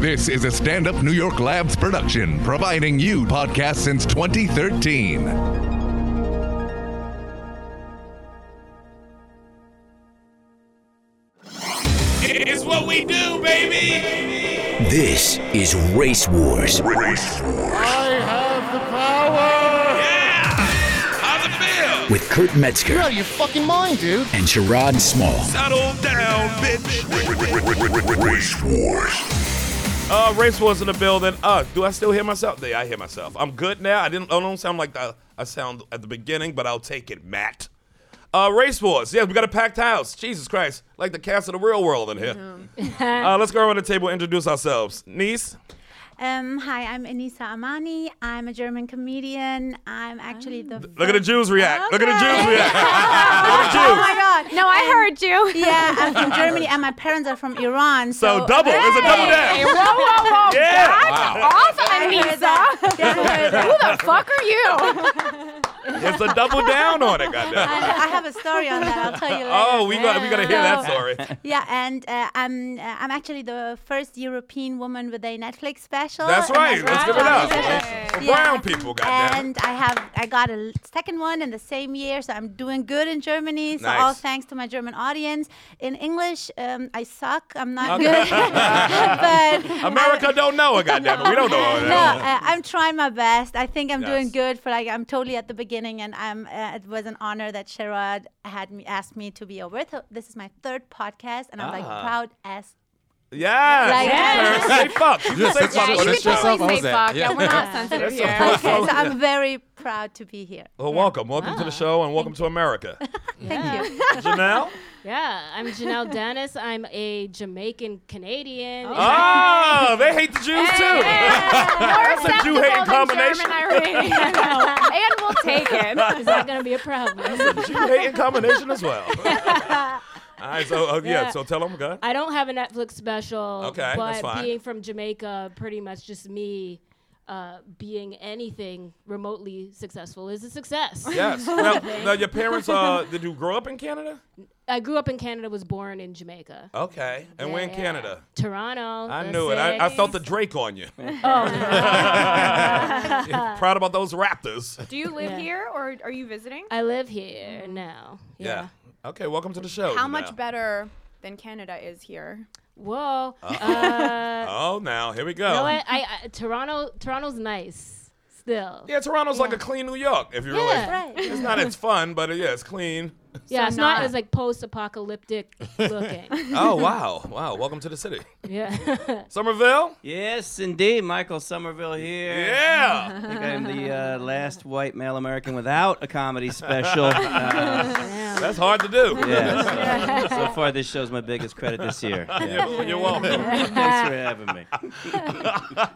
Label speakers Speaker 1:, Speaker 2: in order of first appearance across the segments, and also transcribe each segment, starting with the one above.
Speaker 1: This is a stand up New York Labs production, providing you podcasts since 2013.
Speaker 2: It's what we do, baby.
Speaker 3: This is Race Wars
Speaker 2: How's it feel?
Speaker 3: with Kurt Metzger. You're out of your fucking mind, dude. And Sherrod Small.
Speaker 2: Settle down, bitch.
Speaker 4: Race Wars.
Speaker 2: Uh, race was in the building. Uh, do I still hear myself? Yeah, I hear myself. I'm good now. I didn't. I don't sound like the, I sound at the beginning, but I'll take it, Matt. Uh, race wars. Yes, we got a packed house. Jesus Christ, like the cast of the real world in here. uh, let's go around the table, introduce ourselves. Niece,
Speaker 5: Um, hi, I'm Anissa Amani. I'm a German comedian. I'm actually
Speaker 6: Oh.
Speaker 5: the.
Speaker 2: look at the Jews react. Look at the Jews react. look
Speaker 5: Oh
Speaker 2: at the
Speaker 5: my
Speaker 2: Jews.
Speaker 5: God! Um,
Speaker 6: No, I heard you.
Speaker 5: Yeah, I'm from Germany, and my parents are from Iran.
Speaker 2: So,
Speaker 5: So,
Speaker 2: double. It's a double
Speaker 6: Hey, whoa,
Speaker 2: down.
Speaker 6: whoa, whoa.
Speaker 2: Yeah.
Speaker 6: That's
Speaker 2: Wow.
Speaker 6: Oh, awesome,
Speaker 5: Yeah, I heard that.
Speaker 6: Anissa.
Speaker 5: Yeah, I heard that.
Speaker 6: Who the fuck are you?
Speaker 2: It's a double down on it.
Speaker 5: I,
Speaker 2: Goddamn.
Speaker 5: I have a story on that. I'll tell you later.
Speaker 2: Oh, we got we gotta hear that
Speaker 5: So-
Speaker 2: story.
Speaker 5: Yeah, and uh, I'm uh, I'm actually the first European woman with a Netflix special.
Speaker 2: That's
Speaker 5: and
Speaker 2: right. Let's give it up.
Speaker 5: Netflix special.
Speaker 2: For
Speaker 5: Yeah.
Speaker 2: brown people, goddamn.
Speaker 5: And I have I got a l- second one in the same year, so I'm doing good in Germany. So all
Speaker 2: Nice.
Speaker 5: thanks to my German audience. In English, um, I suck. I'm not good. but
Speaker 2: America don't know it, goddamn it. We don't know all
Speaker 5: no,
Speaker 2: that.
Speaker 5: uh, I'm trying my best. I think I'm doing
Speaker 2: Yes.
Speaker 5: good for like I'm totally at the beginning, and I'm. Uh, it was an honor that Sherrod had me asked me to be over. with. This is my third podcast, and I'm like
Speaker 2: Ah.
Speaker 5: proud as.
Speaker 2: Yes.
Speaker 5: Like-
Speaker 2: Yes. Say fuck. You can say fuck.
Speaker 6: Yeah,
Speaker 2: on
Speaker 6: you could
Speaker 2: this show.
Speaker 6: totally
Speaker 7: What
Speaker 6: say
Speaker 7: was that?
Speaker 6: fuck.
Speaker 7: Yeah.
Speaker 6: No, we're not sensitive
Speaker 2: That's a
Speaker 6: here.
Speaker 2: fuck.
Speaker 5: Okay, so I'm very proud to be here.
Speaker 2: Well, welcome. Welcome to the show and welcome to America.
Speaker 5: Thank you.
Speaker 2: Janelle?
Speaker 8: Yeah, I'm Janelle Dennis. I'm a Jamaican Canadian.
Speaker 2: Oh, they hate the Jews too.
Speaker 6: That's
Speaker 2: a Jew-hating combination.
Speaker 6: and we'll take it.
Speaker 8: Is that gonna be a problem?
Speaker 2: Jew hating combination as well. All right, so uh, yeah. so tell them, God.
Speaker 8: I don't have a Netflix special.
Speaker 2: Okay,
Speaker 8: but
Speaker 2: that's fine.
Speaker 8: being from Jamaica, pretty much just me uh, being anything remotely successful is a success.
Speaker 2: Yes. Now, now, your parents, uh, did you grow up in Canada?
Speaker 8: I grew up in Canada, was born in Jamaica.
Speaker 2: Okay. And we're in
Speaker 8: Yeah.
Speaker 2: Canada.
Speaker 8: Toronto.
Speaker 2: I
Speaker 8: the
Speaker 2: knew it. I, I
Speaker 8: six.
Speaker 2: felt the Drake on you. Proud about those Raptors.
Speaker 6: Do you live
Speaker 8: Yeah.
Speaker 6: here or are you visiting?
Speaker 8: I live here now.
Speaker 2: Yeah. Okay, welcome to the show.
Speaker 6: How
Speaker 2: Janelle.
Speaker 6: much better than Canada is here?
Speaker 8: Whoa. Uh,
Speaker 2: Oh, now here we go.
Speaker 8: you know what? I, I Toronto. Toronto's nice still.
Speaker 2: Yeah, Toronto's like a clean New York. If you really,
Speaker 8: Yeah.
Speaker 5: Right.
Speaker 2: it's not. It's fun, but uh, yeah, it's clean.
Speaker 8: Yeah,
Speaker 6: So
Speaker 8: it's not,
Speaker 6: not-
Speaker 8: as like post-apocalyptic looking.
Speaker 2: Oh wow, wow! Welcome to the city,
Speaker 8: yeah.
Speaker 2: Somerville.
Speaker 9: Yes, indeed. Michael Somerville here. I
Speaker 2: Yeah,
Speaker 9: think I'm the uh, last white male American without a comedy special. Uh,
Speaker 2: that's hard to do.
Speaker 9: yeah, so, so far, this show's my biggest credit this year. Yeah.
Speaker 2: You're- You're welcome.
Speaker 9: Thanks for having me.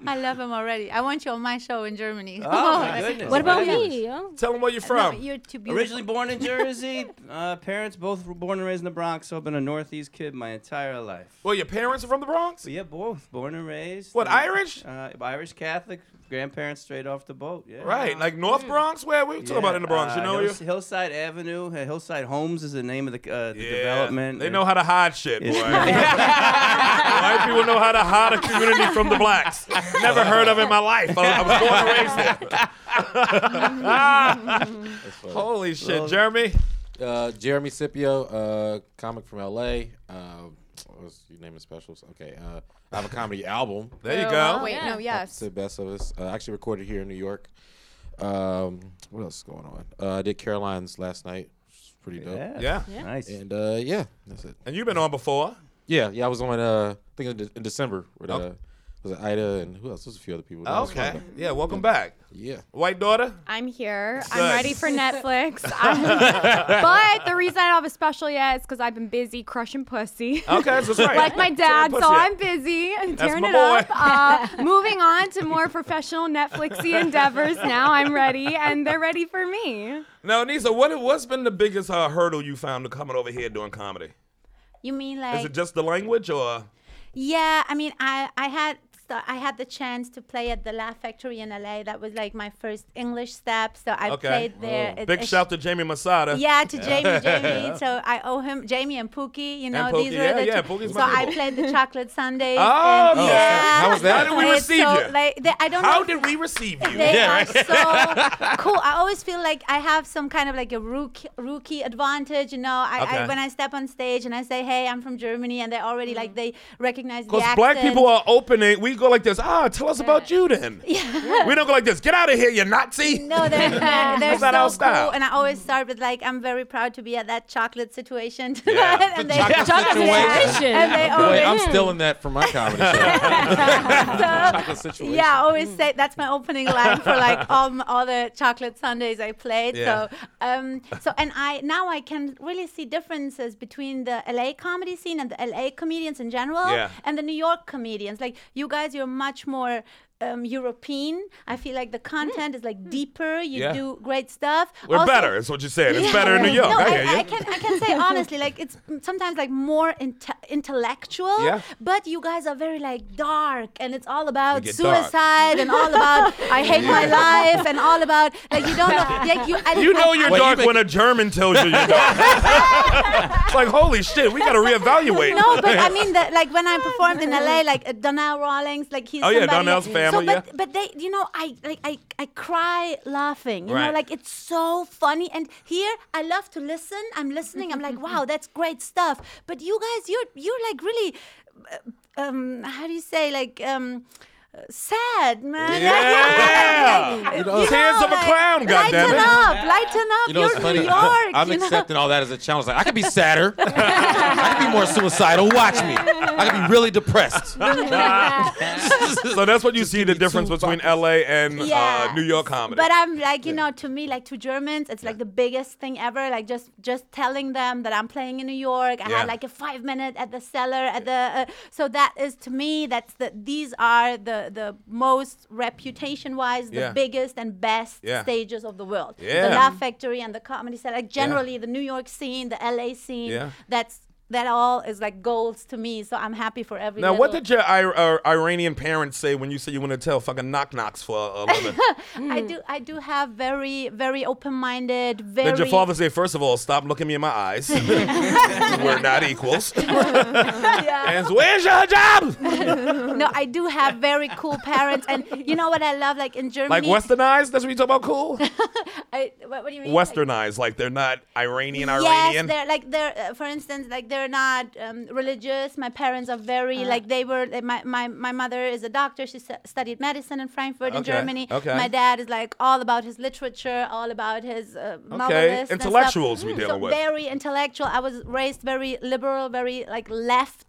Speaker 5: I love him already. I want you on my show in Germany.
Speaker 9: Oh, my goodness.
Speaker 8: What about
Speaker 9: Wow.
Speaker 8: me? yo?
Speaker 2: Tell them where you're
Speaker 5: No,
Speaker 2: from.
Speaker 5: you're too beautiful.
Speaker 9: Originally born in Jersey, uh, parents both were born and raised in the Bronx, so I've been a Northeast kid my entire life.
Speaker 2: well, your parents are from the Bronx.
Speaker 9: So, yeah, both born and raised.
Speaker 2: What
Speaker 9: uh,
Speaker 2: Irish?
Speaker 9: Uh, Irish Catholic, grandparents straight off the boat. Yeah.
Speaker 2: Right, like North Bronx. Where we talking about in the Bronx? You
Speaker 9: uh,
Speaker 2: know you.
Speaker 9: Hills- Hillside Avenue, uh, Hillside Homes is the name of the, uh, the
Speaker 2: Yeah,
Speaker 9: development.
Speaker 2: They
Speaker 9: Uh,
Speaker 2: know how to hide shit, boy.
Speaker 9: It's-
Speaker 2: White people know how to hide a community from the blacks. Never heard of it in my life. I, I was born and raised there. Holy shit,
Speaker 7: Well-
Speaker 2: Jeremy.
Speaker 7: Uh, Jeremy Scipio, uh, comic from LA. Uh, what's your name of specials? Okay, uh, I have a comedy album.
Speaker 2: There you
Speaker 6: Oh,
Speaker 2: go.
Speaker 6: Wait,
Speaker 8: Yeah.
Speaker 6: no, yes.
Speaker 7: To the best of us, uh, actually recorded here in New York. Um, what else is going on? Uh, I did Caroline's last night. It's pretty dope.
Speaker 9: Yeah.
Speaker 2: Yeah.
Speaker 9: Nice.
Speaker 7: And uh, yeah, that's it.
Speaker 2: And you've been on before.
Speaker 7: Yeah, yeah. I was on. Uh, I think in, De- in December with uh, was it Ida and who else? There's a few other people. That was fun,
Speaker 2: Oh. Okay. Yeah, welcome back.
Speaker 7: though. Yeah.
Speaker 2: White daughter?
Speaker 6: I'm here.
Speaker 2: Good.
Speaker 6: I'm ready for Netflix. I'm- but the reason I don't have a special yet is because I've been busy crushing pussy.
Speaker 2: Okay, that's what's right.
Speaker 6: Like my dad,
Speaker 2: Pussy.
Speaker 6: so I'm busy and
Speaker 2: That's
Speaker 6: tearing
Speaker 2: my
Speaker 6: it
Speaker 2: boy.
Speaker 6: up. Uh, moving on to more professional Netflixy endeavors. Now I'm ready, and they're ready for me.
Speaker 2: Now, Nisa, what, what's been the biggest uh, hurdle you found to coming over here doing comedy?
Speaker 5: You mean
Speaker 2: Is
Speaker 5: like?
Speaker 2: it just the language or?
Speaker 5: yeah, I mean, I I had st- So I had the chance to play at the Laugh Factory in LA. That was like my first English step. So I
Speaker 2: Okay. Oh,
Speaker 5: played there. It-
Speaker 2: Big
Speaker 5: it-
Speaker 2: shout to Jamie Masada.
Speaker 5: Yeah, to Jamie, Jamie. So I owe him Jamie and Pookie. You know,
Speaker 2: Pookie,
Speaker 5: these were
Speaker 2: yeah,
Speaker 5: the
Speaker 2: yeah,
Speaker 5: two.
Speaker 2: Pookie's
Speaker 5: so
Speaker 2: my
Speaker 5: I
Speaker 2: people.
Speaker 5: played the Chocolate Sundays.
Speaker 2: Oh,
Speaker 5: and-
Speaker 2: okay.
Speaker 5: yeah.
Speaker 7: How was that?
Speaker 2: How did we
Speaker 5: It's
Speaker 2: receive
Speaker 5: so,
Speaker 2: you?
Speaker 5: Like, they, I don't
Speaker 2: How
Speaker 5: like-
Speaker 2: did we receive you?
Speaker 5: They are so cool. I always feel like I have some kind of like a rookie, rookie advantage. You know, I,
Speaker 2: Okay.
Speaker 5: I when I step on stage and I say, "Hey, I'm from Germany," and they already like they recognize the
Speaker 2: Because
Speaker 5: accent.
Speaker 2: black people are opening, we go like this. Ah, tell us about you then. We don't go like this. Get out of here, you Nazi.
Speaker 5: No, they're, they're, they're
Speaker 2: That's not our
Speaker 5: so
Speaker 2: style.
Speaker 5: cool. And I always start with like, I'm very proud to be at that chocolate situation.
Speaker 2: Yeah.
Speaker 5: tonight. and they,
Speaker 7: Chocolate situation.
Speaker 5: And they always,
Speaker 7: Boy, I'm still in that for my comedy show. Chocolate situation.
Speaker 5: yeah, I always
Speaker 2: Mm.
Speaker 5: say that's my opening line for like um, all the chocolate Sundays I played.
Speaker 2: Yeah.
Speaker 5: So, um, so and I now I can really see differences between the LA comedy scene and the LA comedians in general
Speaker 2: Yeah.
Speaker 5: and the New York comedians. Like you guys, you're much more. Um, European. I feel like the content is like deeper. You
Speaker 2: Mm. Yeah.
Speaker 5: do great stuff.
Speaker 2: We're
Speaker 5: Also-
Speaker 2: better. That's what you're saying. It's
Speaker 5: Yeah.
Speaker 2: better in New York.
Speaker 5: No,
Speaker 2: I
Speaker 5: I,
Speaker 2: hear you.
Speaker 5: I can I can say honestly, like it's sometimes like more inte- intellectual.
Speaker 2: Yeah.
Speaker 5: But you guys are very like dark, and it's all about
Speaker 2: get dark.
Speaker 5: suicide and all about I hate my life and all about like you don't know like you. I,
Speaker 2: you know
Speaker 5: I-
Speaker 2: you're
Speaker 5: I-
Speaker 2: dark when a German tells you you're dark. it's like, holy shit, we got to reevaluate.
Speaker 5: No, but I mean that, like when I performed in LA, like uh, Donnell Rawlings, like he's
Speaker 2: Oh, yeah,
Speaker 5: somebody-
Speaker 2: Donnell's family,
Speaker 5: So,
Speaker 2: yeah.
Speaker 5: but but they, you know, I like I I cry laughing. You
Speaker 2: Right.
Speaker 5: know, like it's so funny. And here I love to listen. I'm listening. I'm like, wow, that's great stuff. But you guys, you're you're like really, uh, um, how do you say like um. uh, Sad man.
Speaker 2: Yeah.
Speaker 5: Like,
Speaker 2: You know, tears of a clown,
Speaker 5: Lighten
Speaker 2: goddammit.
Speaker 5: up, lighten up.
Speaker 7: You know,
Speaker 5: are
Speaker 7: it's funny.
Speaker 5: New York.
Speaker 7: I'm
Speaker 5: you know?
Speaker 7: accepting all that as a challenge. Like, I could be sadder. I could be more suicidal. Watch me. I could be really depressed.
Speaker 2: so that's what you see the
Speaker 7: give me
Speaker 2: difference
Speaker 7: two
Speaker 2: between
Speaker 7: buckets.
Speaker 2: LA and
Speaker 5: yeah.
Speaker 2: uh, New York comedy.
Speaker 5: But I'm like, you know, to me, like to Germans, it's like the biggest thing ever. Like just just telling them that I'm playing in New York. I
Speaker 2: Yeah.
Speaker 5: had like a five minute at the cellar at the. Uh, so that is to me. That's the. These are the the most reputation wise, the
Speaker 2: Yeah.
Speaker 5: biggest and best
Speaker 2: Yeah.
Speaker 5: stages of the world.
Speaker 2: Yeah.
Speaker 5: The Laugh Factory and the Comedy Cellar. Like generally, the New York scene, the LA scene.
Speaker 2: Yeah.
Speaker 5: That's that all is like goals to me. So I'm happy for every.
Speaker 2: now, what
Speaker 5: little-
Speaker 2: did your I- uh, Iranian parents say when you said you want to tell fucking knock knocks for a living?
Speaker 5: I do? I do have very very open minded. Very.
Speaker 2: Did your father say, first of all, stop looking me in my eyes? We're not equals.
Speaker 5: Yeah.
Speaker 2: and where's your job?
Speaker 5: No, I do have very cool parents, and you know what I love? Like in Germany,
Speaker 2: Like westernized? That's what you talk about cool?
Speaker 5: I, what, what do you mean?
Speaker 2: Westernized, like they're not Iranian
Speaker 5: Like,
Speaker 2: Iranian.
Speaker 5: Yes, they're like they're uh, for instance like they're not um, religious. My parents are very
Speaker 8: Ah.
Speaker 5: like they were. They, my, my my mother is a doctor. She stu- studied medicine in Frankfurt in
Speaker 2: Okay,
Speaker 5: Germany.
Speaker 2: okay.
Speaker 5: My dad is like all about his literature, all about his uh, novelists and stuff. Hmm,
Speaker 2: intellectuals we dealing
Speaker 5: so
Speaker 2: with.
Speaker 5: Very intellectual. I was raised very liberal, very like left.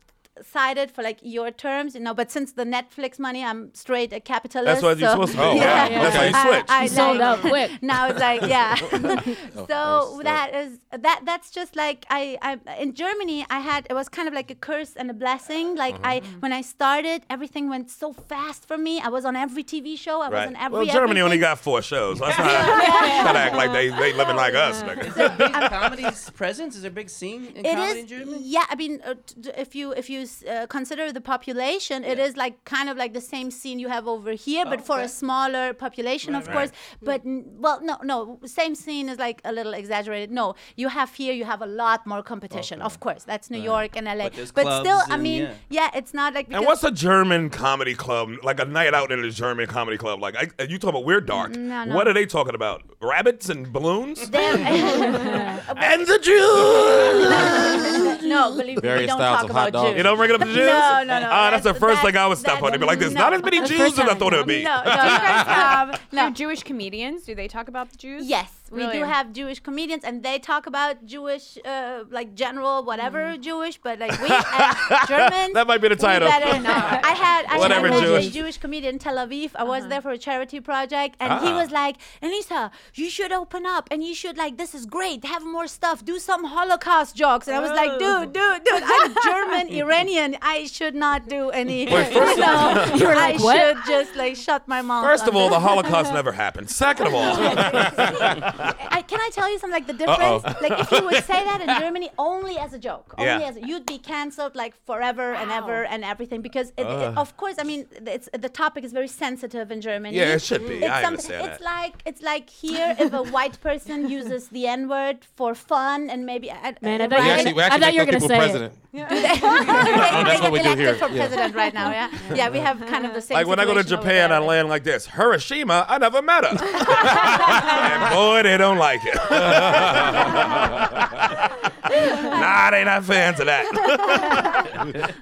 Speaker 5: Sided for like your terms, you know, but since the Netflix money, I'm straight a capitalist.
Speaker 2: That's what you're
Speaker 5: so-
Speaker 2: supposed to be.
Speaker 7: Oh, wow.
Speaker 5: yeah.
Speaker 7: Yeah. That's how you
Speaker 5: I-
Speaker 2: switch.
Speaker 5: I
Speaker 8: You sold
Speaker 5: like-
Speaker 8: out quick.
Speaker 5: Now it's like yeah. so
Speaker 7: was-
Speaker 5: that is that. That's just like I, I in Germany. I had it was kind of like a curse and a blessing. Like I when I started, everything went so fast for me. I was on every TV show. I was on
Speaker 2: Right.
Speaker 5: every.
Speaker 2: Well, Germany only
Speaker 5: everything.
Speaker 2: got four shows. Let's not, let's not act like they, they living like us. nigga.
Speaker 9: Is there a big comedy's presence? Is there a big scene in
Speaker 5: It
Speaker 9: comedy
Speaker 5: is,
Speaker 9: in Germany?
Speaker 5: yeah. I mean, uh, t- if you if you s- uh, consider the population, it is like kind of like the same scene you have over here, but
Speaker 2: Oh,
Speaker 5: for a
Speaker 9: okay.
Speaker 5: smaller population, of course.
Speaker 2: Hmm.
Speaker 5: But n- well, no, no, same scene is like a little exaggerated. No, you have here, you have a lot more competition, of course. That's New York and LA,
Speaker 9: But there's
Speaker 5: still,
Speaker 9: clubs
Speaker 5: I
Speaker 9: and-
Speaker 5: mean,
Speaker 9: yeah.
Speaker 5: yeah. it's not like
Speaker 2: And
Speaker 5: because-
Speaker 2: what's a German comedy club like? A night out at a German comedy club like? I, you talk about we're dark.
Speaker 5: no, no.
Speaker 2: What are they talking about? Rabbits and balloons
Speaker 5: Damn.
Speaker 2: and the Jews.
Speaker 5: no, believe me, we
Speaker 7: Various
Speaker 5: don't
Speaker 7: styles
Speaker 5: talk
Speaker 7: of hot
Speaker 5: about
Speaker 7: dogs.
Speaker 5: Jews.
Speaker 2: you don't bring it up the Jews.
Speaker 5: No, no, no.
Speaker 2: Ah, that's, the first
Speaker 5: that-
Speaker 2: thing I would stop
Speaker 5: that-
Speaker 2: on. They'd be like, "There's
Speaker 5: no.
Speaker 2: not as many Jews as I thought it would be."
Speaker 5: No, no, you
Speaker 2: Uh,
Speaker 5: guys have
Speaker 10: No, Jewish comedians. Do they talk about the Jews?
Speaker 5: Yes, we do
Speaker 10: Really?
Speaker 5: have Jewish comedians, and they talk about Jewish, uh, like general whatever
Speaker 10: Mm.
Speaker 5: Jewish, but like we as Germans.
Speaker 2: That might be the
Speaker 5: we
Speaker 2: title.
Speaker 5: better not. I had I
Speaker 2: Whatever
Speaker 5: had
Speaker 2: Jewish.
Speaker 5: a Jewish comedian in Tel Aviv. I
Speaker 10: Uh-huh.
Speaker 5: was there for a charity project, and he
Speaker 2: Ah.
Speaker 5: was like, "Anissa, you should open up, and you should like this is great. Have more stuff. Do some Holocaust jokes." And I was like, "Dude, dude, dude, I'm German Iranian. I should not do any.
Speaker 2: Wait, first of-
Speaker 5: you know,
Speaker 8: You were
Speaker 5: I
Speaker 8: like, what?
Speaker 5: should just like shut my mouth."
Speaker 2: First
Speaker 5: on
Speaker 2: of all,
Speaker 5: this.
Speaker 2: the Holocaust never happened. Second of all,
Speaker 5: I, can I tell you something like the difference?
Speaker 2: Uh-oh.
Speaker 5: Like if you would say that in Germany only as a joke, only
Speaker 2: Yeah.
Speaker 5: as you'd be canceled like forever and ever and everything because it, it-
Speaker 2: Ugh.
Speaker 5: of course I mean it's the topic is very sensitive in Germany.
Speaker 2: Yeah, it should be. I
Speaker 5: something-
Speaker 2: understand
Speaker 5: It's
Speaker 2: that.
Speaker 5: like it's like here if a white person uses the N word for fun and maybe I,
Speaker 8: Man, I
Speaker 5: right?
Speaker 8: thought you were
Speaker 7: actually- we actually make those people president.
Speaker 5: Yeah,
Speaker 7: that's what we do
Speaker 5: elected
Speaker 7: here.
Speaker 5: for
Speaker 7: Yeah.
Speaker 5: president right now. Yeah, yeah, we have kind of the same.
Speaker 2: Like when I go to
Speaker 5: situation over
Speaker 2: Japan,
Speaker 5: there.
Speaker 2: I land like this. Hiroshima, I never met her. and boy, they don't like it. nah, they not fans of that.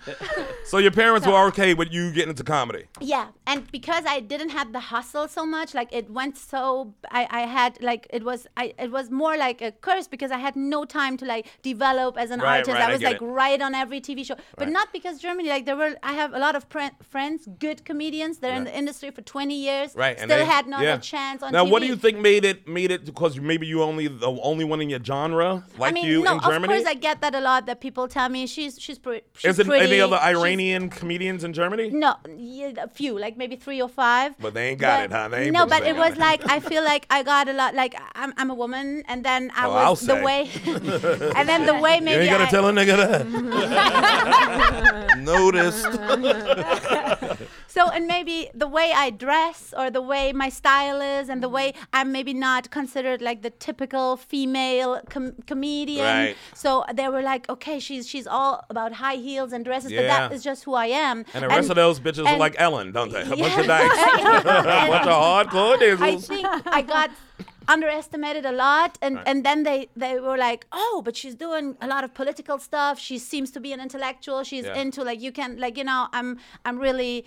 Speaker 2: so your parents were okay with you getting into comedy.
Speaker 5: Yeah, and because I didn't have the hustle so much, like it went so I, I had like it was I it was more like a curse because I had no time to like develop as an
Speaker 11: Right,
Speaker 5: artist.
Speaker 11: right,
Speaker 5: I
Speaker 11: I
Speaker 5: was
Speaker 11: get
Speaker 5: like
Speaker 11: it.
Speaker 5: right on every TV show, but not because Germany like there were I have a lot of pr- friends, good comedians. They're in
Speaker 2: Yeah.
Speaker 5: the industry for 20 years,
Speaker 2: Right.
Speaker 5: Still had not a chance on
Speaker 2: Now,
Speaker 5: TV.
Speaker 2: what do you think made it made it because maybe you only the only one in your genre, like
Speaker 5: I mean,
Speaker 2: you
Speaker 5: no,
Speaker 2: in Germany?
Speaker 5: of course I get that a lot. That people tell me she's she's, pre- she's
Speaker 2: Is it
Speaker 5: pretty.
Speaker 2: any other
Speaker 5: she's-
Speaker 2: Iranian comedians in Germany?
Speaker 5: No, yeah, a few, like maybe three or five.
Speaker 2: But they ain't got
Speaker 5: But-
Speaker 2: it, huh? They ain't
Speaker 5: no,
Speaker 2: put
Speaker 5: but
Speaker 2: this
Speaker 5: it
Speaker 2: thing
Speaker 5: was
Speaker 2: on
Speaker 5: like I feel like I got a lot. Like I'm, I'm a woman, and then I
Speaker 2: Oh,
Speaker 5: was
Speaker 2: I'll
Speaker 5: the
Speaker 2: say.
Speaker 5: way, and then the way maybe
Speaker 2: you ain't gotta
Speaker 5: I,
Speaker 2: tell a nigga that. Noticed.
Speaker 5: so, and maybe the way I dress or the way my style is, and the way
Speaker 2: Mm-hmm.
Speaker 5: I'm maybe not considered like the typical female com- comedian.
Speaker 11: Right.
Speaker 5: So they were like, okay, she's she's all about high heels and dresses, but that
Speaker 2: Yeah.
Speaker 5: is just who I am.
Speaker 2: And the rest of those bitches are
Speaker 5: and-
Speaker 2: like Ellen, don't they? A bunch
Speaker 5: Yeah.
Speaker 2: of dykes. a bunch of hardcore
Speaker 5: I
Speaker 2: dizzles.
Speaker 5: think I got underestimated a lot and,
Speaker 2: Right.
Speaker 5: and then they, they were like oh but she's doing a lot of political stuff she seems to be an intellectual she's
Speaker 11: Yeah.
Speaker 5: into like you can like you know i'm i'm really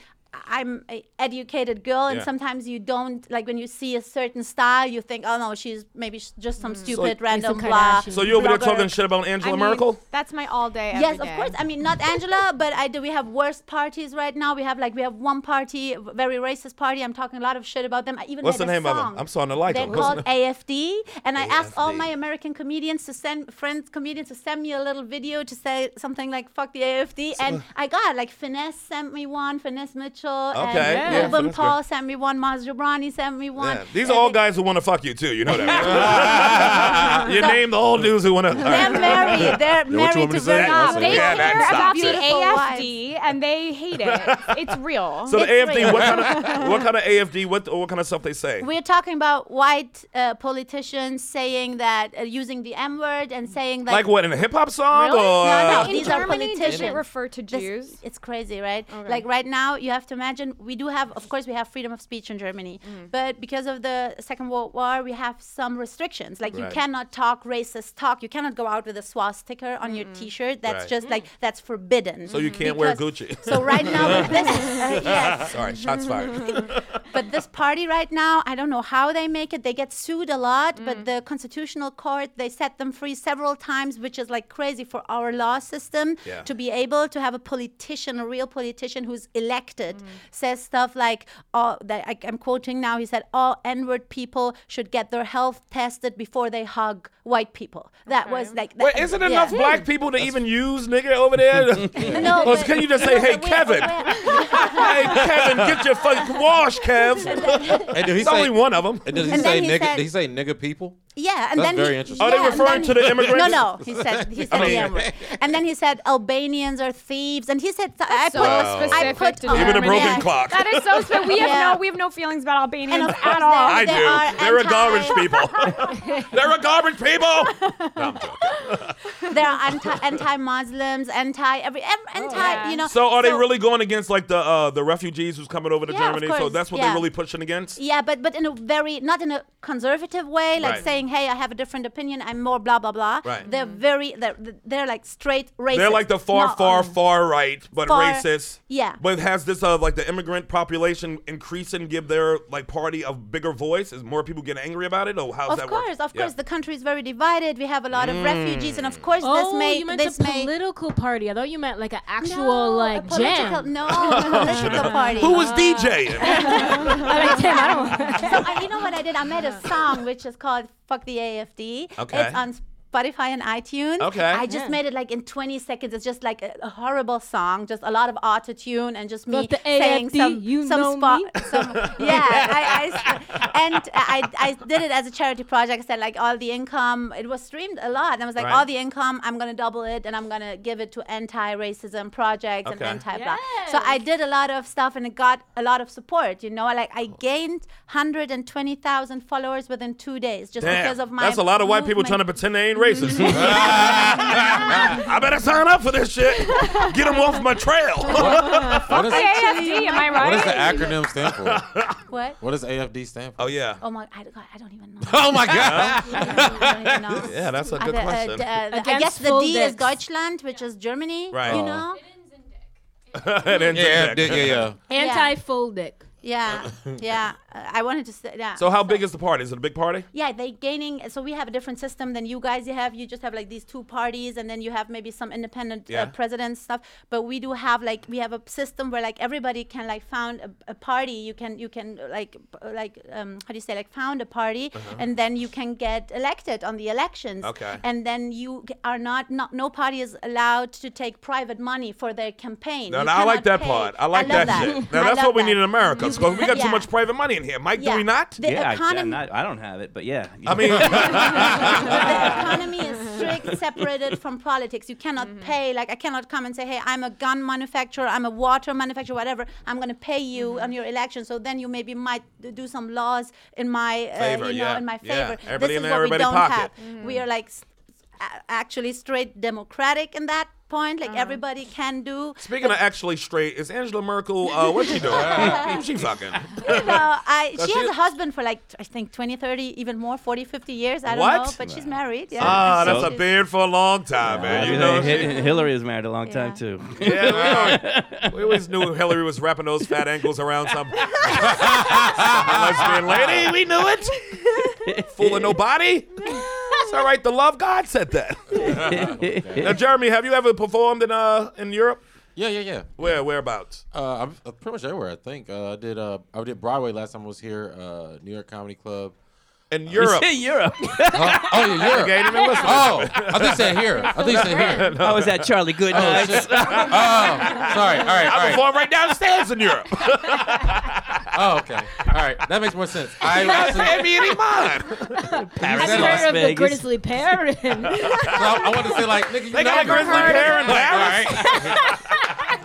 Speaker 5: i'm a educated girl and
Speaker 2: Yeah.
Speaker 5: sometimes you don't like when you see a certain style you think oh no she's maybe sh- just some stupid
Speaker 2: So-
Speaker 5: random blah
Speaker 2: So you over there
Speaker 5: blubber."
Speaker 2: talking shit about Angela
Speaker 5: mean,
Speaker 2: Merkel?
Speaker 5: That's my all day.
Speaker 10: every
Speaker 5: yes,
Speaker 10: day.
Speaker 5: of course. I mean, not Angela, but I do. We have worst parties right now. We have like we have one party, a very racist party. I'm talking a lot of shit about them. I even
Speaker 2: What's
Speaker 5: made
Speaker 2: the
Speaker 5: a
Speaker 2: name of them?
Speaker 5: song.
Speaker 2: I'm starting to like
Speaker 5: They're
Speaker 2: them. What's
Speaker 5: called
Speaker 2: the-
Speaker 5: AFD, and I asked all
Speaker 2: AFD.
Speaker 5: my American comedians to send friends comedians to send me a little video to say something like "fuck the AFD," and I got like finesse sent me one, finesse Mitchell,
Speaker 2: Okay,
Speaker 5: and
Speaker 2: yeah,
Speaker 5: Ruben
Speaker 2: Finesse
Speaker 5: Paul
Speaker 2: girl.
Speaker 5: sent me one, Maz Jobrani sent me one.
Speaker 2: Yeah. These are all guys who want to fuck you too. You know that. right? you
Speaker 5: So-
Speaker 2: named all dudes who want to.
Speaker 5: They're married. They're
Speaker 2: you want
Speaker 5: married
Speaker 2: me
Speaker 5: to
Speaker 2: to say?
Speaker 5: Vietnam.
Speaker 2: I'll say
Speaker 10: Uh, They
Speaker 2: it. Yeah,
Speaker 10: care
Speaker 2: that's
Speaker 10: about the
Speaker 2: something.
Speaker 10: AFD and they hate it. It's real.
Speaker 2: So the
Speaker 5: It's
Speaker 2: AFD, what
Speaker 5: real.
Speaker 2: kind of what kind of AFD? What what kind of stuff they say?
Speaker 5: We're talking about white uh, politicians saying that uh, using the M word and saying like,
Speaker 2: Like, what in a hip hop song or?
Speaker 5: no,
Speaker 2: uh,
Speaker 5: no, these are
Speaker 10: Germany, did it
Speaker 5: politicians.
Speaker 10: refer to
Speaker 5: This-
Speaker 10: Jews?
Speaker 5: it's crazy, right? Like right now, you have to imagine we do have, of course, we have freedom of speech in Germany, but because of the Second World War, we have some restrictions. Like you
Speaker 11: Right.
Speaker 5: cannot talk racist talk. You cannot go out with a swastika on your T-shirt. That's
Speaker 2: Right.
Speaker 5: just like that's forbidden.
Speaker 2: so you can't wear
Speaker 5: Because-
Speaker 2: Gucci.
Speaker 5: So right now, this uh, yes.
Speaker 2: Sorry, shots fired.
Speaker 5: But this party right now, I don't know how they make it. They get sued a lot, but the constitutional court they set them free several times, which is like crazy for our law system
Speaker 11: Yeah.
Speaker 5: to be able to have a politician, a real politician who's elected, says stuff like, "Oh, that I, I'm quoting now." He said, "All N-word people should get their health tested before they hug white people." That was like.
Speaker 2: Well,
Speaker 5: that-
Speaker 2: isn't
Speaker 5: yeah.
Speaker 2: enough black people to even use nigga over there?
Speaker 5: No,
Speaker 2: Or
Speaker 5: but-
Speaker 2: can you just say, hey, Kevin? hey, Kevin, get your fucking wash, Kev.
Speaker 7: And did he
Speaker 2: It's only
Speaker 7: say-
Speaker 2: one of them.
Speaker 7: And did he
Speaker 5: And
Speaker 7: say
Speaker 5: then he
Speaker 7: nigga?
Speaker 5: said-
Speaker 7: did he say nigga people?
Speaker 5: Yeah, and
Speaker 7: That's
Speaker 5: then
Speaker 7: very
Speaker 5: he,
Speaker 7: interesting. Are
Speaker 2: they
Speaker 5: yeah, and
Speaker 2: referring
Speaker 5: then
Speaker 2: to the
Speaker 5: he-
Speaker 2: immigrants?
Speaker 5: No, no, he said he said
Speaker 2: I mean-
Speaker 5: the N-word. and then he said Albanians are thieves, and he said I
Speaker 10: so
Speaker 5: put I
Speaker 10: specific
Speaker 5: put
Speaker 10: to
Speaker 5: on-
Speaker 2: Even a broken
Speaker 5: yeah.
Speaker 2: clock.
Speaker 10: That is so sweet. We have
Speaker 5: Yeah.
Speaker 10: no we have no feelings about Albanians
Speaker 5: of course
Speaker 10: at all.
Speaker 5: they-
Speaker 2: I
Speaker 5: they are
Speaker 2: do. They're a
Speaker 5: anti-
Speaker 2: garbage people. They're a garbage people.
Speaker 5: There are anti anti Muslims, anti every ev-
Speaker 10: Oh,
Speaker 5: anti you know.
Speaker 2: So are they really going against like the uh, the refugees who's coming over to
Speaker 5: Yeah, of
Speaker 2: Germany? So
Speaker 5: course,
Speaker 2: that's what
Speaker 5: yeah.
Speaker 2: they're really pushing against.
Speaker 5: Yeah, but but in a very not in a conservative way, like
Speaker 2: Right.
Speaker 5: saying, "Hey, I have a different opinion. I'm more blah blah blah."
Speaker 2: Right.
Speaker 5: They're
Speaker 10: Mm.
Speaker 5: very they're they're like straight racist.
Speaker 2: They're like the far,
Speaker 5: No,
Speaker 2: far,
Speaker 5: um,
Speaker 2: far right, but
Speaker 5: Far-
Speaker 2: racist.
Speaker 5: yeah.
Speaker 2: But has this uh, like the immigrant population increasing, give their like party a bigger voice? Is more people getting angry about it, or how's
Speaker 5: Of
Speaker 2: that work?
Speaker 5: course, of
Speaker 2: Yeah. Mm.
Speaker 5: course, the country is very divided. We have a lot of refugees, and of course, this
Speaker 8: Oh,
Speaker 5: may
Speaker 8: you meant
Speaker 5: this
Speaker 8: a
Speaker 5: may
Speaker 8: political party. I thought you meant like an actual
Speaker 5: No, a
Speaker 8: like
Speaker 5: political-
Speaker 8: jam.
Speaker 5: No, a political party.
Speaker 2: Who was DJing?
Speaker 8: I like jam. I don't.
Speaker 5: so I, you know what I did? I made a song which is called "Fuck the AFD."
Speaker 2: Okay.
Speaker 5: It's on Spotify and iTunes.
Speaker 2: Okay.
Speaker 5: I just
Speaker 2: Yeah.
Speaker 5: made it like in 20 seconds. It's just like a, a horrible song, just a lot of auto tune and just me
Speaker 8: But the
Speaker 5: saying
Speaker 8: AFD,
Speaker 5: some
Speaker 8: you
Speaker 5: some
Speaker 8: know
Speaker 5: spot.
Speaker 8: me.
Speaker 5: Some, yeah. I, I s- and I, I did it as a charity project. I said like all the income. It was streamed a lot, and I was like
Speaker 2: Right.
Speaker 5: all the income. I'm gonna double it, and I'm gonna give it to anti-racism projects and
Speaker 2: Okay.
Speaker 5: anti blah. So I did a lot of stuff, and it got a lot of support. You know, like I
Speaker 2: Oh.
Speaker 5: gained 120,000 followers within two days just
Speaker 2: Damn,
Speaker 5: because of my.
Speaker 2: that's a lot of white people trying to
Speaker 5: movement.
Speaker 2: pretend they ain't racist. I better sign up for this shit. Get them off my trail.
Speaker 7: What is,
Speaker 5: AFD, am I
Speaker 7: what does the
Speaker 5: right?
Speaker 7: acronym stand for?
Speaker 5: What?
Speaker 7: What does AFD stand for?
Speaker 2: oh yeah.
Speaker 5: Oh my! I, God, I don't even know.
Speaker 7: Oh my God.
Speaker 2: Yeah, that's a
Speaker 5: Uh,
Speaker 2: good
Speaker 5: the, uh,
Speaker 2: question.
Speaker 5: the, uh, the- I
Speaker 8: Against
Speaker 5: guess the
Speaker 8: full
Speaker 5: D is
Speaker 8: dicks.
Speaker 5: Deutschland, which is Germany.
Speaker 2: Right.
Speaker 5: You
Speaker 2: Oh.
Speaker 5: know.
Speaker 2: It ends in
Speaker 7: Yeah,
Speaker 2: dick.
Speaker 7: yeah, yeah.
Speaker 8: Anti-full dick.
Speaker 5: Yeah. Yeah. Uh, I wanted to say. Yeah.
Speaker 2: So how big is the party? Is it a big party?
Speaker 5: Yeah, they gaining. So we have a different system than you guys. You have you just have like these two parties, and then you have maybe some independent
Speaker 2: Yeah.
Speaker 5: uh, presidents stuff. But we do have like we have a system where like everybody can like found a, a party. You can you can uh, like p- like um, how do you say like found a party, and then you can get elected on the elections.
Speaker 2: Uh-huh. Okay.
Speaker 5: And then you g- are not not no party is allowed to take private money for their campaign.
Speaker 2: No,
Speaker 5: You
Speaker 2: no, I like
Speaker 5: cannot
Speaker 2: that
Speaker 5: pay.
Speaker 2: part. I like
Speaker 5: love
Speaker 2: that, shit. Now
Speaker 5: I
Speaker 2: that's
Speaker 5: love
Speaker 2: what we
Speaker 5: that.
Speaker 2: need in America. So we got
Speaker 5: Yeah.
Speaker 2: too much private money in here. Mike,
Speaker 5: Yeah.
Speaker 2: do we not?
Speaker 5: The
Speaker 9: yeah, I, I'm
Speaker 5: economy-
Speaker 9: not, I don't have it, but yeah.
Speaker 2: I mean,
Speaker 5: the economy is strict, separated from politics. You cannot pay. Like I cannot come and say, "Hey, I'm a gun manufacturer. I'm a water manufacturer. Whatever. I'm going to pay you on your election." So then you maybe might d- do some laws in my uh,
Speaker 2: Favor,
Speaker 5: you know,
Speaker 2: yeah,
Speaker 5: in my
Speaker 2: yeah.
Speaker 5: favor.
Speaker 2: Everybody
Speaker 5: this
Speaker 2: in
Speaker 5: is what we
Speaker 2: everybody's
Speaker 5: don't
Speaker 2: pocket.
Speaker 5: have. We are like s- a- actually straight democratic in that point. Like everybody can do.
Speaker 2: speaking of actually straight, is Angela Merkel? Uh, what's she doing? Who she fucking.
Speaker 5: No, I, she
Speaker 2: she-
Speaker 5: has a husband for like I think 20, 30, even more, 40, 50 years. I don't know,
Speaker 2: What?
Speaker 5: but she's married. Yeah.
Speaker 2: Ah, that's
Speaker 9: So-
Speaker 2: a beard for a long time, man. You know, she-
Speaker 9: Hillary was married a long
Speaker 5: Yeah.
Speaker 9: time too.
Speaker 2: Yeah, we, always, we always knew Hillary was wrapping those fat ankles around some lesbian lady. We knew it. Fooling nobody. It's all right. The love God said that. now, Jeremy, have you ever performed in uh in Europe?
Speaker 7: Yeah, yeah, yeah.
Speaker 2: Where whereabouts?
Speaker 7: Uh, I'm uh, pretty much everywhere. I think uh, I did. Uh, I did Broadway last time I was here. Uh, New York Comedy Club.
Speaker 2: In Europe.
Speaker 9: Europe.
Speaker 7: Huh? oh yeah, Europe.
Speaker 2: Okay, I didn't even listen.
Speaker 7: Oh, I think said here. I think said here.
Speaker 9: I was at Charlie
Speaker 7: Oh,
Speaker 9: Goodnight.
Speaker 7: shit. oh, sorry. All right, all
Speaker 2: I
Speaker 7: right.
Speaker 2: performed right downstairs in Europe.
Speaker 7: Oh, okay. All right, that makes more sense. I
Speaker 2: That's
Speaker 7: listen,
Speaker 2: had me any mind.
Speaker 9: Paris,
Speaker 8: I've
Speaker 7: said
Speaker 9: Las
Speaker 8: heard of the
Speaker 9: Vegas.
Speaker 8: grizzly Perrin.
Speaker 7: so I want to say like, nigga, you
Speaker 2: They got a
Speaker 7: know me.
Speaker 2: grizzly bear in
Speaker 7: All
Speaker 2: Paris.
Speaker 7: right.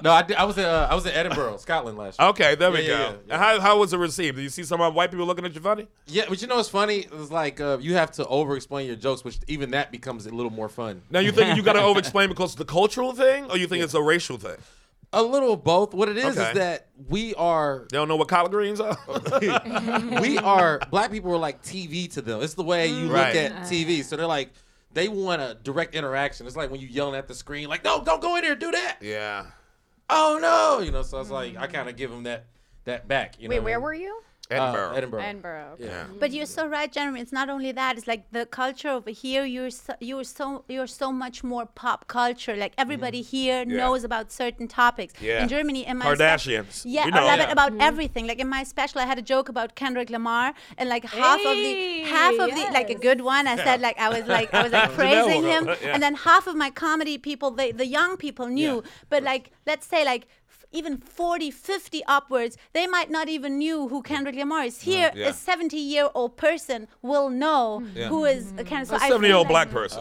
Speaker 7: No, I, did, I was at uh, I was in Edinburgh, Scotland last year.
Speaker 2: Okay, there we
Speaker 7: Yeah,
Speaker 2: go.
Speaker 7: yeah, yeah, yeah.
Speaker 2: And How, how was it received? Did you see some uh, white people looking at you funny?
Speaker 7: Yeah, but you know what's funny? It was like uh, you have to over-explain your jokes, which even that becomes a little more fun.
Speaker 2: Now you think you got to over-explain because it's the cultural thing, or you think it's a racial thing?
Speaker 7: A little of both. What it is
Speaker 2: Okay.
Speaker 7: is that we are
Speaker 2: They don't know what collard greens are.
Speaker 7: we are black people are like TV to them. It's the way you
Speaker 2: Right.
Speaker 7: look at TV. So they're like they want a direct interaction. It's like when you yelling at the screen, like, no, don't go in there, do that.
Speaker 2: yeah.
Speaker 7: Oh no, you know. So it's like I kind of give them that that back. You
Speaker 10: Wait,
Speaker 7: know what
Speaker 10: where
Speaker 7: I mean?
Speaker 10: were you?
Speaker 2: Edinburgh.
Speaker 7: Uh, Edinburgh.
Speaker 10: Edinburgh. okay.
Speaker 7: Yeah.
Speaker 5: But you're so right, Jeremy. It's not only that. It's like the culture over here. You're so, you're so you're so much more pop culture. Like everybody here
Speaker 2: Mm. Yeah.
Speaker 5: knows about certain topics.
Speaker 2: Yeah.
Speaker 5: In Germany, in my spe-
Speaker 2: Kardashians.
Speaker 5: yeah,
Speaker 2: We
Speaker 5: I
Speaker 2: know.
Speaker 5: love
Speaker 2: Yeah.
Speaker 5: it about everything. Like in my special, I had a joke about Kendrick Lamar, and like half of the half of the like a good one. I said like I was like I was like praising him,
Speaker 2: Yeah.
Speaker 5: and then half of my comedy people, they, the young people knew. But like let's say like. f- Even 40, 50 upwards, they might not even knew who Kendrick Lamar is. Here,
Speaker 2: Yeah.
Speaker 5: a 70 year old person will know who is a Kendrick. So I feel
Speaker 2: Seventy-year-old
Speaker 5: like-
Speaker 2: black person.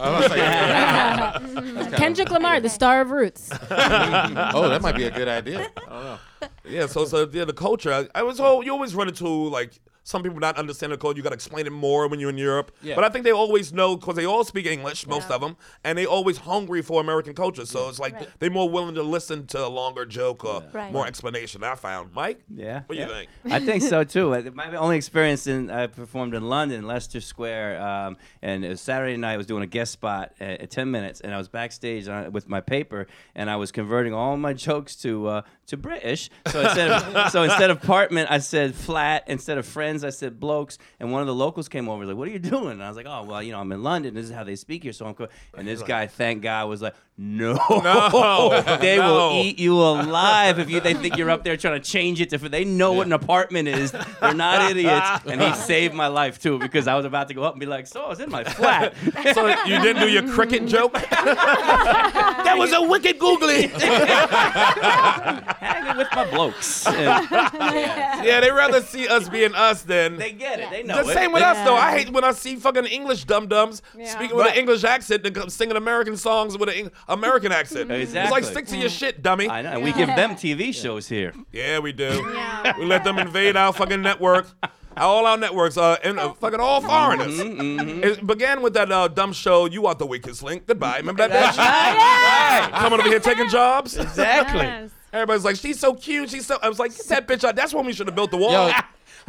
Speaker 8: Kendrick Lamar, the star of Roots.
Speaker 7: oh, that might be a good idea. I don't know.
Speaker 2: yeah. So, so yeah, the culture. I, I was. whole. you always run into like some people not understand the culture. You got to explain it more when you're in Europe.
Speaker 7: Yeah.
Speaker 2: But I think they always know because they all speak English, most of them, and they always hungry for American culture. So it's like
Speaker 5: Right.
Speaker 2: they're more willing to listen to a longer joke or
Speaker 5: Right.
Speaker 2: more explanation. I found Mike.
Speaker 9: Yeah.
Speaker 2: What do
Speaker 9: yeah.
Speaker 2: you think?
Speaker 9: I think so too. I- My only experience in I performed in London, Leicester Square, um, and it was Saturday night. I was doing a guest spot at, at ten minutes, and I was backstage on, with my paper, and I was converting all my jokes to uh, to British. So instead of, so instead of apartment, I said flat. Instead of friends, I said blokes. And one of the locals came over, was like, "What are you doing?" And I was like, "Oh well, you know, I'm in London. This is how they speak here." So I'm. Co-. And this guy, thank God, was like, No,
Speaker 2: No,
Speaker 9: Oh, they
Speaker 2: no.
Speaker 9: will eat you alive if you they think you're up there trying to change it to. They know what an apartment is. They're not idiots, and he saved my life too because I was about to go up and be like, "So I was in my flat."
Speaker 2: so you didn't do your cricket joke. that
Speaker 9: was a wicked googly.
Speaker 2: with
Speaker 9: my blokes.
Speaker 2: yeah, they rather see us being us than they
Speaker 9: get it. They
Speaker 2: the
Speaker 9: know it.
Speaker 2: same with
Speaker 9: They-
Speaker 2: us though. I hate when I see fucking English dum dums speaking with an
Speaker 9: Right.
Speaker 2: English accent and come singing American songs with an Eng- American accent. It's
Speaker 9: Exactly.
Speaker 2: like stick to your shit, dummy.
Speaker 9: I know, and we give them TV shows here.
Speaker 2: Yeah, we do. We let them invade our fucking network. All our networks are and uh, fucking all foreigners.
Speaker 9: Mm-hmm.
Speaker 2: It began with that uh, dumb show. You are the weakest link. Goodbye. Remember that? bitch? Right. Coming over here taking jobs.
Speaker 9: Exactly. Yes.
Speaker 2: Everybody's like, she's so cute. She's so. I was like, get that bitch out. That's when we should have built the wall.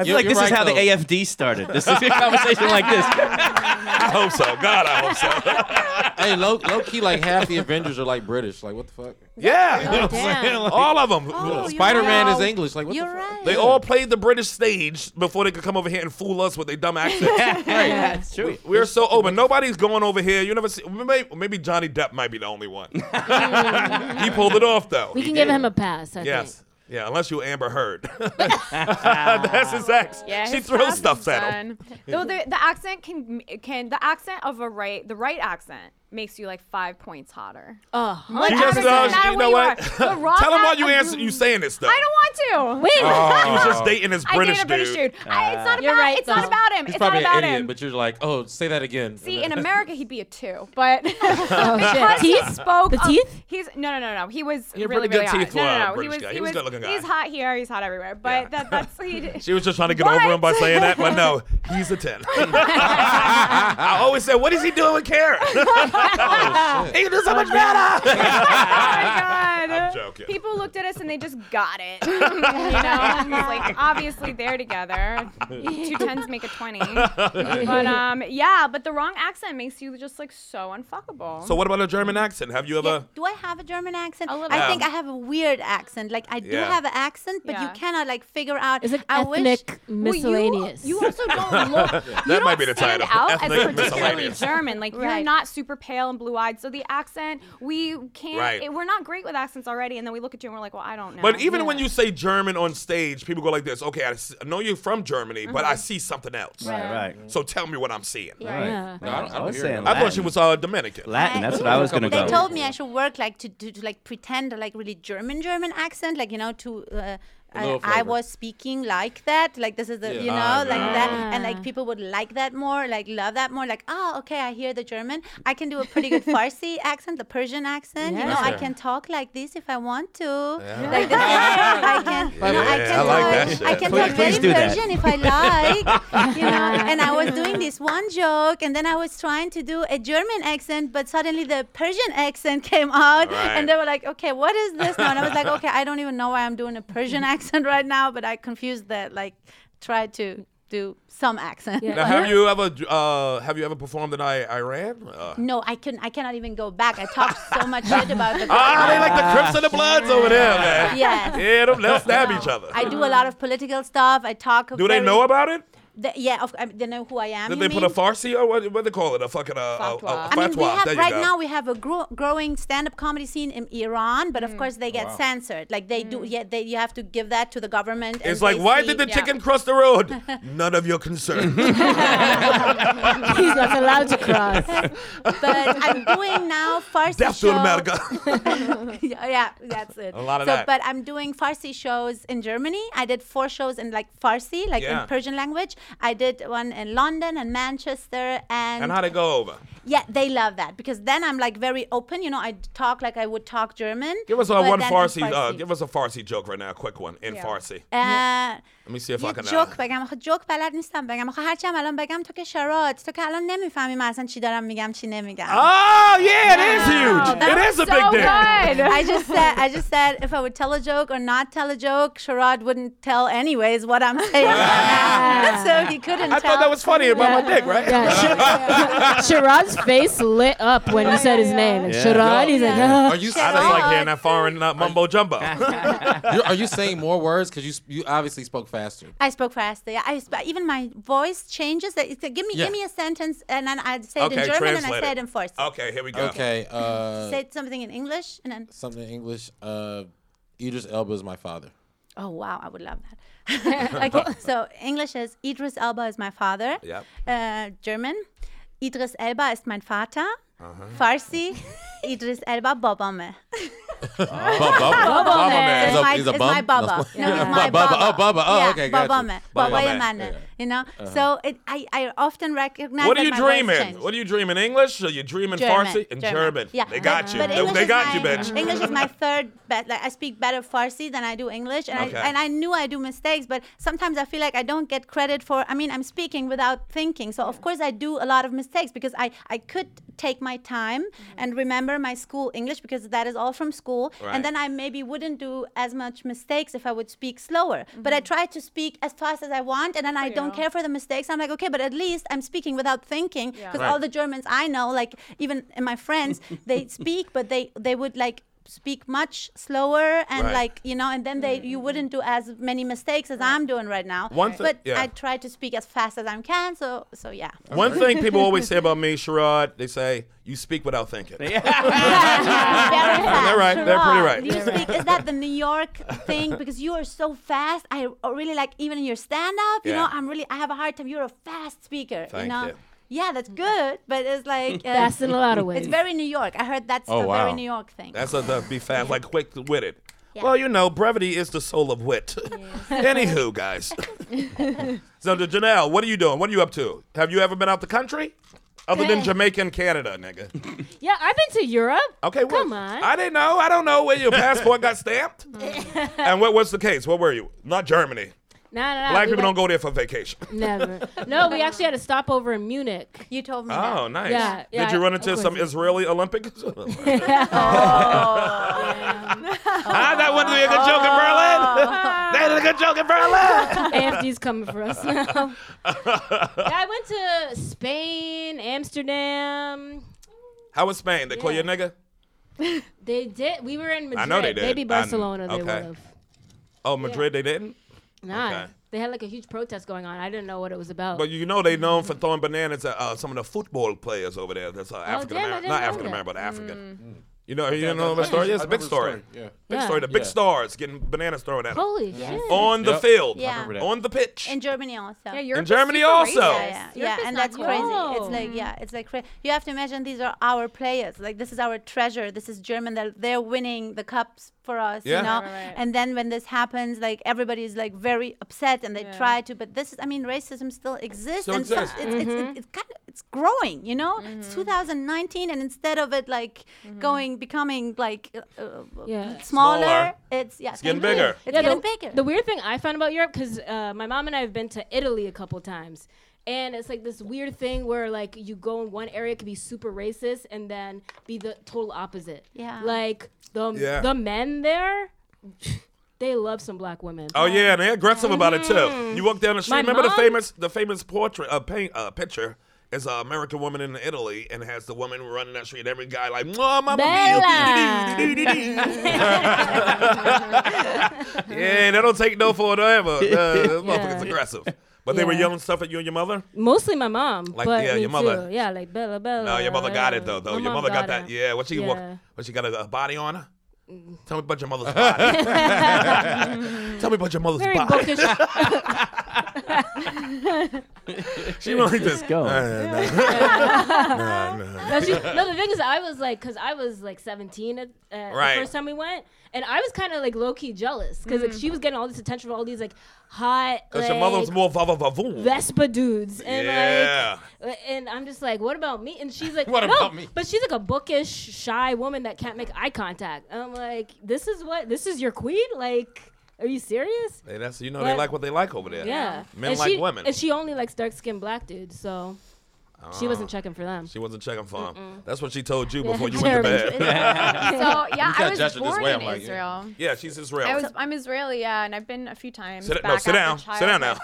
Speaker 9: I feel like this is how the AFD started. This is a conversation like this.
Speaker 2: I hope so. God, I hope so.
Speaker 7: hey, low, low key, like half the Avengers are like British. Like, what the fuck?
Speaker 2: Yeah, Oh,
Speaker 7: You know what I'm
Speaker 2: damn.
Speaker 7: saying? Like,
Speaker 2: all of them.
Speaker 7: Yeah. Spider-Man is English. Like, what the fuck?
Speaker 2: They all played the British stage before they could come over here and fool us with their dumb accents.
Speaker 9: Yeah, it's true.
Speaker 2: We- We're so open. Nobody's going over here. You never see. Maybe, maybe Johnny Depp might be the only one. he pulled it off though.
Speaker 8: We can give him a pass. I
Speaker 2: yes.
Speaker 8: think.
Speaker 2: Yeah, unless you Amber Heard. That's his ex.
Speaker 10: Yeah,
Speaker 2: she
Speaker 10: his
Speaker 2: throws stuff
Speaker 10: stuff is
Speaker 2: at him.
Speaker 10: done. Though the, the accent can can the accent of a right the right accent makes you like five points hotter.
Speaker 8: Oh,
Speaker 2: She
Speaker 10: Whatever,
Speaker 2: just
Speaker 10: doesn't
Speaker 2: does.
Speaker 10: matter
Speaker 2: You know
Speaker 10: where you
Speaker 2: what?
Speaker 10: are.
Speaker 2: Tell
Speaker 10: The
Speaker 2: him
Speaker 10: wrong
Speaker 2: why
Speaker 10: guy-
Speaker 2: you answer. You saying this stuugh.
Speaker 10: I don't want to.
Speaker 8: Wait.
Speaker 2: He's
Speaker 10: Oh.
Speaker 2: just dating his
Speaker 10: I
Speaker 2: British
Speaker 10: dated a British dude. I, it's not
Speaker 8: You're
Speaker 10: about.
Speaker 8: right,
Speaker 10: it's not
Speaker 8: though.
Speaker 10: about him.
Speaker 7: He's
Speaker 10: it's not
Speaker 7: probably an
Speaker 10: about
Speaker 7: idiot,
Speaker 10: him.
Speaker 7: but you're like, oh, say that again.
Speaker 10: See, in America, he'd be a two, but
Speaker 8: shit.
Speaker 10: because he
Speaker 8: Teeth?
Speaker 10: spoke.
Speaker 8: The
Speaker 10: of-
Speaker 8: teeth?
Speaker 10: He's no, no, no, no. He was
Speaker 2: He had
Speaker 10: really,
Speaker 2: pretty good
Speaker 10: really hot.
Speaker 2: teeth for
Speaker 10: no,
Speaker 2: a
Speaker 10: no, no. He
Speaker 2: British
Speaker 10: was,
Speaker 2: guy. He was
Speaker 10: he was,
Speaker 2: a good-looking guy.
Speaker 10: He's hot here. He's hot everywhere. But that, that's he. d-
Speaker 2: She was just trying to get
Speaker 10: What?
Speaker 2: over him by saying that, but no, he's a 10. I always said, what is he doing with Karen? he can do so much better.
Speaker 10: oh my god.
Speaker 2: I'm joking.
Speaker 10: People looked at us and they just got it. you know, and it's like obviously they're together. Two tens make a twenty. But um, yeah. But the wrong accent makes you just like so unfuckable.
Speaker 2: so what about a German accent? Have you
Speaker 5: Yeah.
Speaker 2: ever?
Speaker 5: Do I have a German accent?
Speaker 10: A little
Speaker 5: I
Speaker 2: bit.
Speaker 5: think I have a weird accent. Like I do
Speaker 2: Yeah.
Speaker 5: have an accent, but you
Speaker 10: Yeah.
Speaker 5: cannot like figure out.
Speaker 8: Is it
Speaker 5: I
Speaker 8: ethnic
Speaker 5: wish, Well, you-
Speaker 8: miscellaneous?
Speaker 5: you, also don't look.
Speaker 10: you
Speaker 2: that
Speaker 10: don't
Speaker 2: might be the
Speaker 10: stand
Speaker 2: title.
Speaker 10: out
Speaker 2: Ethnic
Speaker 10: as particularly
Speaker 2: miscellaneous.
Speaker 10: German. Like you're
Speaker 5: Right.
Speaker 10: not super pale and blue eyed. So the accent, we can't.
Speaker 2: Right.
Speaker 10: It, we're not great with accents already. And then we look at you and we're like, well, I don't know.
Speaker 2: But even when you say German on stage, people go like this. Okay, I s- I know you're from Germany, but
Speaker 5: Mm-hmm.
Speaker 2: I see something else.
Speaker 9: Right, right.
Speaker 2: So tell me what I'm seeing.
Speaker 8: Yeah.
Speaker 7: No, I don't, I
Speaker 9: I
Speaker 7: don't
Speaker 9: was
Speaker 7: hear
Speaker 9: saying
Speaker 7: it.
Speaker 2: I thought
Speaker 9: Latin.
Speaker 2: she was uh, Dominican.
Speaker 9: Latin. That's what I was gonna
Speaker 5: They
Speaker 9: go.
Speaker 5: told me I should work like to, to, to like pretend like really German German accent, like you know to. Uh, I,
Speaker 7: little
Speaker 5: I
Speaker 7: flavor.
Speaker 5: was speaking like that, like this is the,
Speaker 7: Yeah.
Speaker 5: you know,
Speaker 7: Ah,
Speaker 5: like
Speaker 7: yeah.
Speaker 5: that, and like people would like that more, like love that more, like oh, okay, I hear the German, I can do a pretty good Farsi accent, the Persian accent, you
Speaker 8: Yeah.
Speaker 5: know, I
Speaker 7: Okay.
Speaker 5: can talk like this if I want to, like this, I can, you know, I
Speaker 2: Yeah,
Speaker 5: can
Speaker 2: I like that
Speaker 5: talk,
Speaker 2: shit.
Speaker 5: I can
Speaker 9: Please-
Speaker 5: talk very
Speaker 9: please do that.
Speaker 5: Persian if I like, you know, and I was doing this one joke, and then I was trying to do a German accent, but suddenly the Persian accent came out,
Speaker 2: Right.
Speaker 5: and they were like, "Okay, what is this now?" And I was like, "Okay, I don't even know why I'm doing a Persian accent right now, but I confused that. Like, tried to do some accent.
Speaker 8: Yeah.
Speaker 2: Now, have you ever uh, have you ever performed in I- Iran? Uh,
Speaker 5: No, I can I cannot even go back. I talked so much shit about the.
Speaker 2: ah, they like the Crips and the Bloods over there, man.
Speaker 5: Yes.
Speaker 2: Yeah, them, they'll stab each other.
Speaker 5: I do a lot of political stuff. I talk.
Speaker 2: Do they
Speaker 5: very-
Speaker 2: know about it?
Speaker 5: The, yeah, of, I mean, they know who I am.
Speaker 2: Did
Speaker 5: you
Speaker 2: they put a
Speaker 5: mean?
Speaker 2: Farsi or what? What they call it? A fucking uh, uh,
Speaker 10: Fatwa.
Speaker 2: uh,
Speaker 10: I
Speaker 5: I mean, we
Speaker 2: fatwa.
Speaker 5: have
Speaker 2: there you
Speaker 5: right
Speaker 2: go.
Speaker 5: now we have a gro- growing stand-up comedy scene in Iran, but of course they get censored. Like they do, yeah, they, you have to give that to the government. and
Speaker 2: It's like,
Speaker 5: they
Speaker 2: why
Speaker 5: see-
Speaker 2: did the
Speaker 10: yeah.
Speaker 2: chicken cross the road? None of your concern.
Speaker 8: He's not allowed to cross.
Speaker 5: But I'm doing now Farsi
Speaker 2: Death to
Speaker 5: show.
Speaker 2: America.
Speaker 5: yeah, yeah, that's it.
Speaker 2: A lot of
Speaker 5: so,
Speaker 2: that.
Speaker 5: But I'm doing Farsi shows in Germany. I did four shows in like Farsi, like
Speaker 2: Yeah.
Speaker 5: in Persian language. I did one in London and Manchester and.
Speaker 2: and how'd it go over?
Speaker 5: yeah, they love that because then I'm like very open. You know, I talk like I would talk German.
Speaker 2: Give us uh,
Speaker 5: but
Speaker 2: one
Speaker 5: then in
Speaker 2: Farsi. Uh, give us a Farsi joke right now, a quick one in Farsi.
Speaker 5: Uh,
Speaker 2: Let me see if I
Speaker 5: یه
Speaker 2: can.
Speaker 5: جوک بگم آخه جوک بلد نیستم بگم آخه هرچی هم الان بگم تو که شرات تو که الان نمیفهمی من اصلا چی دارم میگم چی نمیگم
Speaker 2: Oh yeah, it is huge.
Speaker 5: that
Speaker 2: it is a big
Speaker 10: so
Speaker 2: deal.
Speaker 10: good.
Speaker 5: I just said I just said if I would tell a joke or not tell a joke, Sharad wouldn't tell anyways what I'm saying. so he couldn't
Speaker 2: I
Speaker 5: tell.
Speaker 2: thought that was funny about my dick, right?
Speaker 8: Yeah. Shiraz face lit up when you said his name. And Sharad, he's like, ah.
Speaker 7: Are you
Speaker 2: I just like hearing that foreign uh, mumbo jumbo.
Speaker 7: You're, are you saying more words? Because you s- you obviously spoke faster.
Speaker 5: I spoke faster. Yeah, I sp- even my voice changes. That it's like, give me
Speaker 7: Yeah.
Speaker 5: give me a sentence, and then I'd say it
Speaker 7: Okay,
Speaker 5: in German, and I
Speaker 7: translate
Speaker 5: say
Speaker 7: it.
Speaker 5: it in Farsi.
Speaker 2: Okay, here we go.
Speaker 7: Okay. Uh,
Speaker 5: say something in English, and then
Speaker 7: something in English. Uh, Idris Elba is my father.
Speaker 5: oh wow, I would love that. okay, so English is Idris Elba is my father.
Speaker 7: Yep.
Speaker 5: Uh, German, Idris Elba ist mein Vater.
Speaker 7: Uh-huh.
Speaker 5: Farsi, Idris Elba Babame.
Speaker 7: Bubba, Bubba,
Speaker 5: Bubba
Speaker 7: man.
Speaker 5: man.
Speaker 7: He's
Speaker 5: It's
Speaker 7: a-
Speaker 5: my-
Speaker 7: he's a
Speaker 5: it's my
Speaker 7: bum?
Speaker 5: Bubba.
Speaker 7: That's
Speaker 5: No,
Speaker 7: what-
Speaker 5: it's my
Speaker 7: Bu- Bubba. Oh, Bubba. Oh,
Speaker 5: yeah,
Speaker 7: okay,
Speaker 5: Baba
Speaker 7: gotcha.
Speaker 5: man,
Speaker 7: Bubba
Speaker 5: Baba
Speaker 7: man.
Speaker 5: man, You know,
Speaker 2: Uh-huh.
Speaker 5: so it, I, I often recognize.
Speaker 2: What are
Speaker 5: that
Speaker 2: you
Speaker 5: my voice
Speaker 2: dreaming?
Speaker 5: changed.
Speaker 2: What are you dreaming? English? Or you dreaming
Speaker 5: German,
Speaker 2: Farsi? And German.
Speaker 5: Yeah,
Speaker 2: They got you.
Speaker 5: But
Speaker 2: They,
Speaker 5: English
Speaker 2: they
Speaker 5: is
Speaker 2: got
Speaker 5: my-
Speaker 2: you, bitch.
Speaker 5: English is my third best. Like I speak better Farsi than I do English, and
Speaker 2: Okay.
Speaker 5: I and I knew I do mistakes, but sometimes I feel like I don't get credit for. I mean, I'm speaking without thinking, so of course I do a lot of mistakes because I I could take my time and remember my school English because that is all from school,
Speaker 11: Right.
Speaker 5: and then I maybe wouldn't do as much mistakes if I would speak slower. But I try to speak as fast as I want, and then I don't care for the mistakes. I'm like, okay, but at least I'm speaking without thinking
Speaker 11: Yeah.
Speaker 5: because
Speaker 11: Right.
Speaker 5: all the Germans I know, like even in my friends, they speak, but they they would like speak much slower and
Speaker 2: Right.
Speaker 5: like you know, and then they you wouldn't do as many mistakes as I'm doing right now.
Speaker 2: One thi-
Speaker 5: but
Speaker 2: yeah.
Speaker 5: I try to speak as fast as I can. So so yeah.
Speaker 2: One thing people always say about me, Sherrod, they say, you speak without thinking.
Speaker 5: Very fast.
Speaker 2: They're right. They're pretty
Speaker 5: Sharad,
Speaker 2: right.
Speaker 5: Do you speak? Is that the New York thing? Because you are so fast. I really like even in your stand-up. You
Speaker 2: Yeah.
Speaker 5: know, I'm really. I have a hard time. You're a fast speaker. you
Speaker 2: Thank
Speaker 5: know.
Speaker 2: you.
Speaker 5: Yeah, that's good, but it's like uh,
Speaker 2: Fast in a lot of
Speaker 5: It's
Speaker 2: ways.
Speaker 5: very New York. I heard that's
Speaker 2: Oh,
Speaker 5: a
Speaker 2: wow.
Speaker 5: very New York thing.
Speaker 2: That's a the be fast, like quick witted.
Speaker 5: Yeah.
Speaker 2: Well, you know, brevity is the soul of wit. Anywho, guys. so, to Janelle, what are you doing? What are you up to? Have you ever been out the country? Other than
Speaker 8: Eh.
Speaker 2: Jamaica and Canada, nigga.
Speaker 8: Yeah, I've been to Europe.
Speaker 2: Okay, well,
Speaker 8: Come on.
Speaker 2: I didn't know. I don't know where your passport got stamped. and what was the case? Where were you? Not Germany.
Speaker 8: No, no, no.
Speaker 2: Black
Speaker 8: we
Speaker 2: people don't
Speaker 8: went-
Speaker 2: go there for vacation.
Speaker 8: Never. No, we actually had a stopover in Munich.
Speaker 5: You told me.
Speaker 2: Oh, nice.
Speaker 8: Yeah. yeah
Speaker 2: Did you run
Speaker 8: of
Speaker 2: into
Speaker 8: course.
Speaker 2: some
Speaker 8: Oh,
Speaker 2: Israeli Olympics?
Speaker 8: Ah,
Speaker 2: that wouldn't be a good joke in Berlin.
Speaker 8: Oh.
Speaker 2: that is a good joke in Berlin.
Speaker 8: AFD's coming for us now. yeah, I went to Spain, Amsterdam.
Speaker 2: How was Spain? They call you a nigga?
Speaker 8: They did. We were in Madrid.
Speaker 2: I know they did.
Speaker 8: Maybe
Speaker 2: I-
Speaker 8: Barcelona. they
Speaker 2: okay.
Speaker 8: would have.
Speaker 2: Oh, Madrid, they didn't?
Speaker 8: Nah.
Speaker 2: Okay.
Speaker 8: They had like a huge protest going on. I didn't know what it was about.
Speaker 2: But you know they known for throwing bananas at uh, some of the football players over there. That's uh, African
Speaker 8: Oh, damn, I
Speaker 2: American,
Speaker 8: didn't
Speaker 2: not
Speaker 8: know
Speaker 2: African American, but
Speaker 8: that. Hmm.
Speaker 2: African. You know, you
Speaker 7: Okay,
Speaker 2: didn't know
Speaker 7: okay.
Speaker 2: that story?
Speaker 7: I
Speaker 2: Yes, big
Speaker 7: remember the
Speaker 2: story.
Speaker 7: story, yeah.
Speaker 2: Big
Speaker 5: Yeah.
Speaker 2: story. The big
Speaker 7: Yeah.
Speaker 2: stars getting bananas thrown at them.
Speaker 5: Holy Yeah. shit.
Speaker 2: On the
Speaker 5: Yep.
Speaker 2: field.
Speaker 5: Yeah.
Speaker 2: On the pitch.
Speaker 5: In Germany also. Yeah,
Speaker 2: Europe is Germany super also. racist.
Speaker 5: Yeah, yeah,
Speaker 2: Europe
Speaker 5: yeah,
Speaker 11: is
Speaker 5: and
Speaker 11: not
Speaker 5: that's crazy. It's
Speaker 11: cool.
Speaker 5: like yeah, it's like cra- you have to imagine these are our players. Like this is our treasure. This is German. They're, they're winning the cups for us.
Speaker 11: Yeah.
Speaker 5: You know.
Speaker 11: Right, right, right.
Speaker 5: And then when this happens, like everybody's like very upset and they
Speaker 11: Yeah.
Speaker 5: try to. But this is, I mean, racism still exists.
Speaker 11: Still
Speaker 5: and so-
Speaker 11: exists.
Speaker 5: it's, it's, it's, it's kind of it's growing. You know,
Speaker 11: Mm-hmm.
Speaker 5: it's 2019, and instead of it like going becoming like uh, uh,
Speaker 8: Yeah.
Speaker 5: smaller,
Speaker 8: Smaller.
Speaker 5: it's yeah,
Speaker 2: It's getting
Speaker 5: thank you.
Speaker 2: bigger.
Speaker 5: It's
Speaker 8: Yeah,
Speaker 5: getting
Speaker 8: the,
Speaker 5: bigger.
Speaker 8: The weird thing I found about Europe, because uh, my mom and I have been to Italy a couple times, and it's like this weird thing where like you go in one area it could be super racist and then be the total opposite.
Speaker 5: Yeah.
Speaker 8: Like the
Speaker 2: Yeah.
Speaker 8: the men there, they love some black women.
Speaker 2: Oh yeah, and they're aggressive about it too.
Speaker 8: Mhm.
Speaker 2: You walk down the street.
Speaker 8: My
Speaker 2: remember
Speaker 8: mom-
Speaker 2: the famous the famous portrait uh, paint uh, picture is an American woman in Italy and has the woman running that street. and Every guy like, "Mwah, mama mia." yeah, they don't take no for an ever. Uh, this motherfucker's aggressive. But they were
Speaker 8: Yeah.
Speaker 2: yelling stuff at you and your mother.
Speaker 8: Mostly my mom.
Speaker 2: Like,
Speaker 8: but
Speaker 2: yeah,
Speaker 8: me
Speaker 2: your mother.
Speaker 8: too. Yeah, like Bella Bella.
Speaker 2: No, your mother got
Speaker 8: yeah.
Speaker 2: it though. Though
Speaker 8: My
Speaker 2: your
Speaker 8: mom
Speaker 2: mother got,
Speaker 8: it.
Speaker 2: that. Yeah, what she walk?
Speaker 8: Yeah. Mm.
Speaker 2: What she got a, a body on her? Tell me about your mother's body. Tell me about your mother's
Speaker 8: Very
Speaker 2: body.
Speaker 8: bookish.
Speaker 2: She really just Uh,
Speaker 8: go.
Speaker 2: Nah, nah, nah.
Speaker 8: No, she, no, the thing is, I was like, because I was like 17 at, uh,
Speaker 2: Right.
Speaker 8: the first time we went, and I was kind of like low key jealous because like she was getting all this attention from all these like hot
Speaker 2: Cause
Speaker 8: like,
Speaker 2: your mother was more vava vavoom.
Speaker 8: Vespa dudes, and
Speaker 2: Yeah.
Speaker 8: like, uh, and I'm just like, what about me? And she's like,
Speaker 2: What
Speaker 8: no.
Speaker 2: about me?
Speaker 8: But she's like a bookish, shy woman that can't make eye contact. And I'm like, this is what this is your queen? Like, are you serious?
Speaker 2: Hey, that's you know they
Speaker 8: But-
Speaker 2: like what they like over there.
Speaker 8: Yeah.
Speaker 2: Men
Speaker 8: And
Speaker 2: like
Speaker 8: she-
Speaker 2: women.
Speaker 8: And she only likes dark skinned black dudes, so she
Speaker 2: Ah.
Speaker 8: wasn't checking for them.
Speaker 2: She wasn't checking for him.
Speaker 8: Mm-mm.
Speaker 2: That's what she told you
Speaker 8: Yeah,
Speaker 2: before you went to bed.
Speaker 8: Jeremy. So,
Speaker 10: yeah,
Speaker 2: You
Speaker 10: I
Speaker 2: got
Speaker 10: was
Speaker 2: judged this
Speaker 10: born
Speaker 2: way,
Speaker 10: in
Speaker 2: I'm like,
Speaker 10: Israel.
Speaker 2: Yeah, she's Israel.
Speaker 10: I was, I'm Israeli, yeah, and I've been a few times.
Speaker 2: Sit-
Speaker 10: back
Speaker 2: no, sit
Speaker 10: after
Speaker 2: down. Sit down now.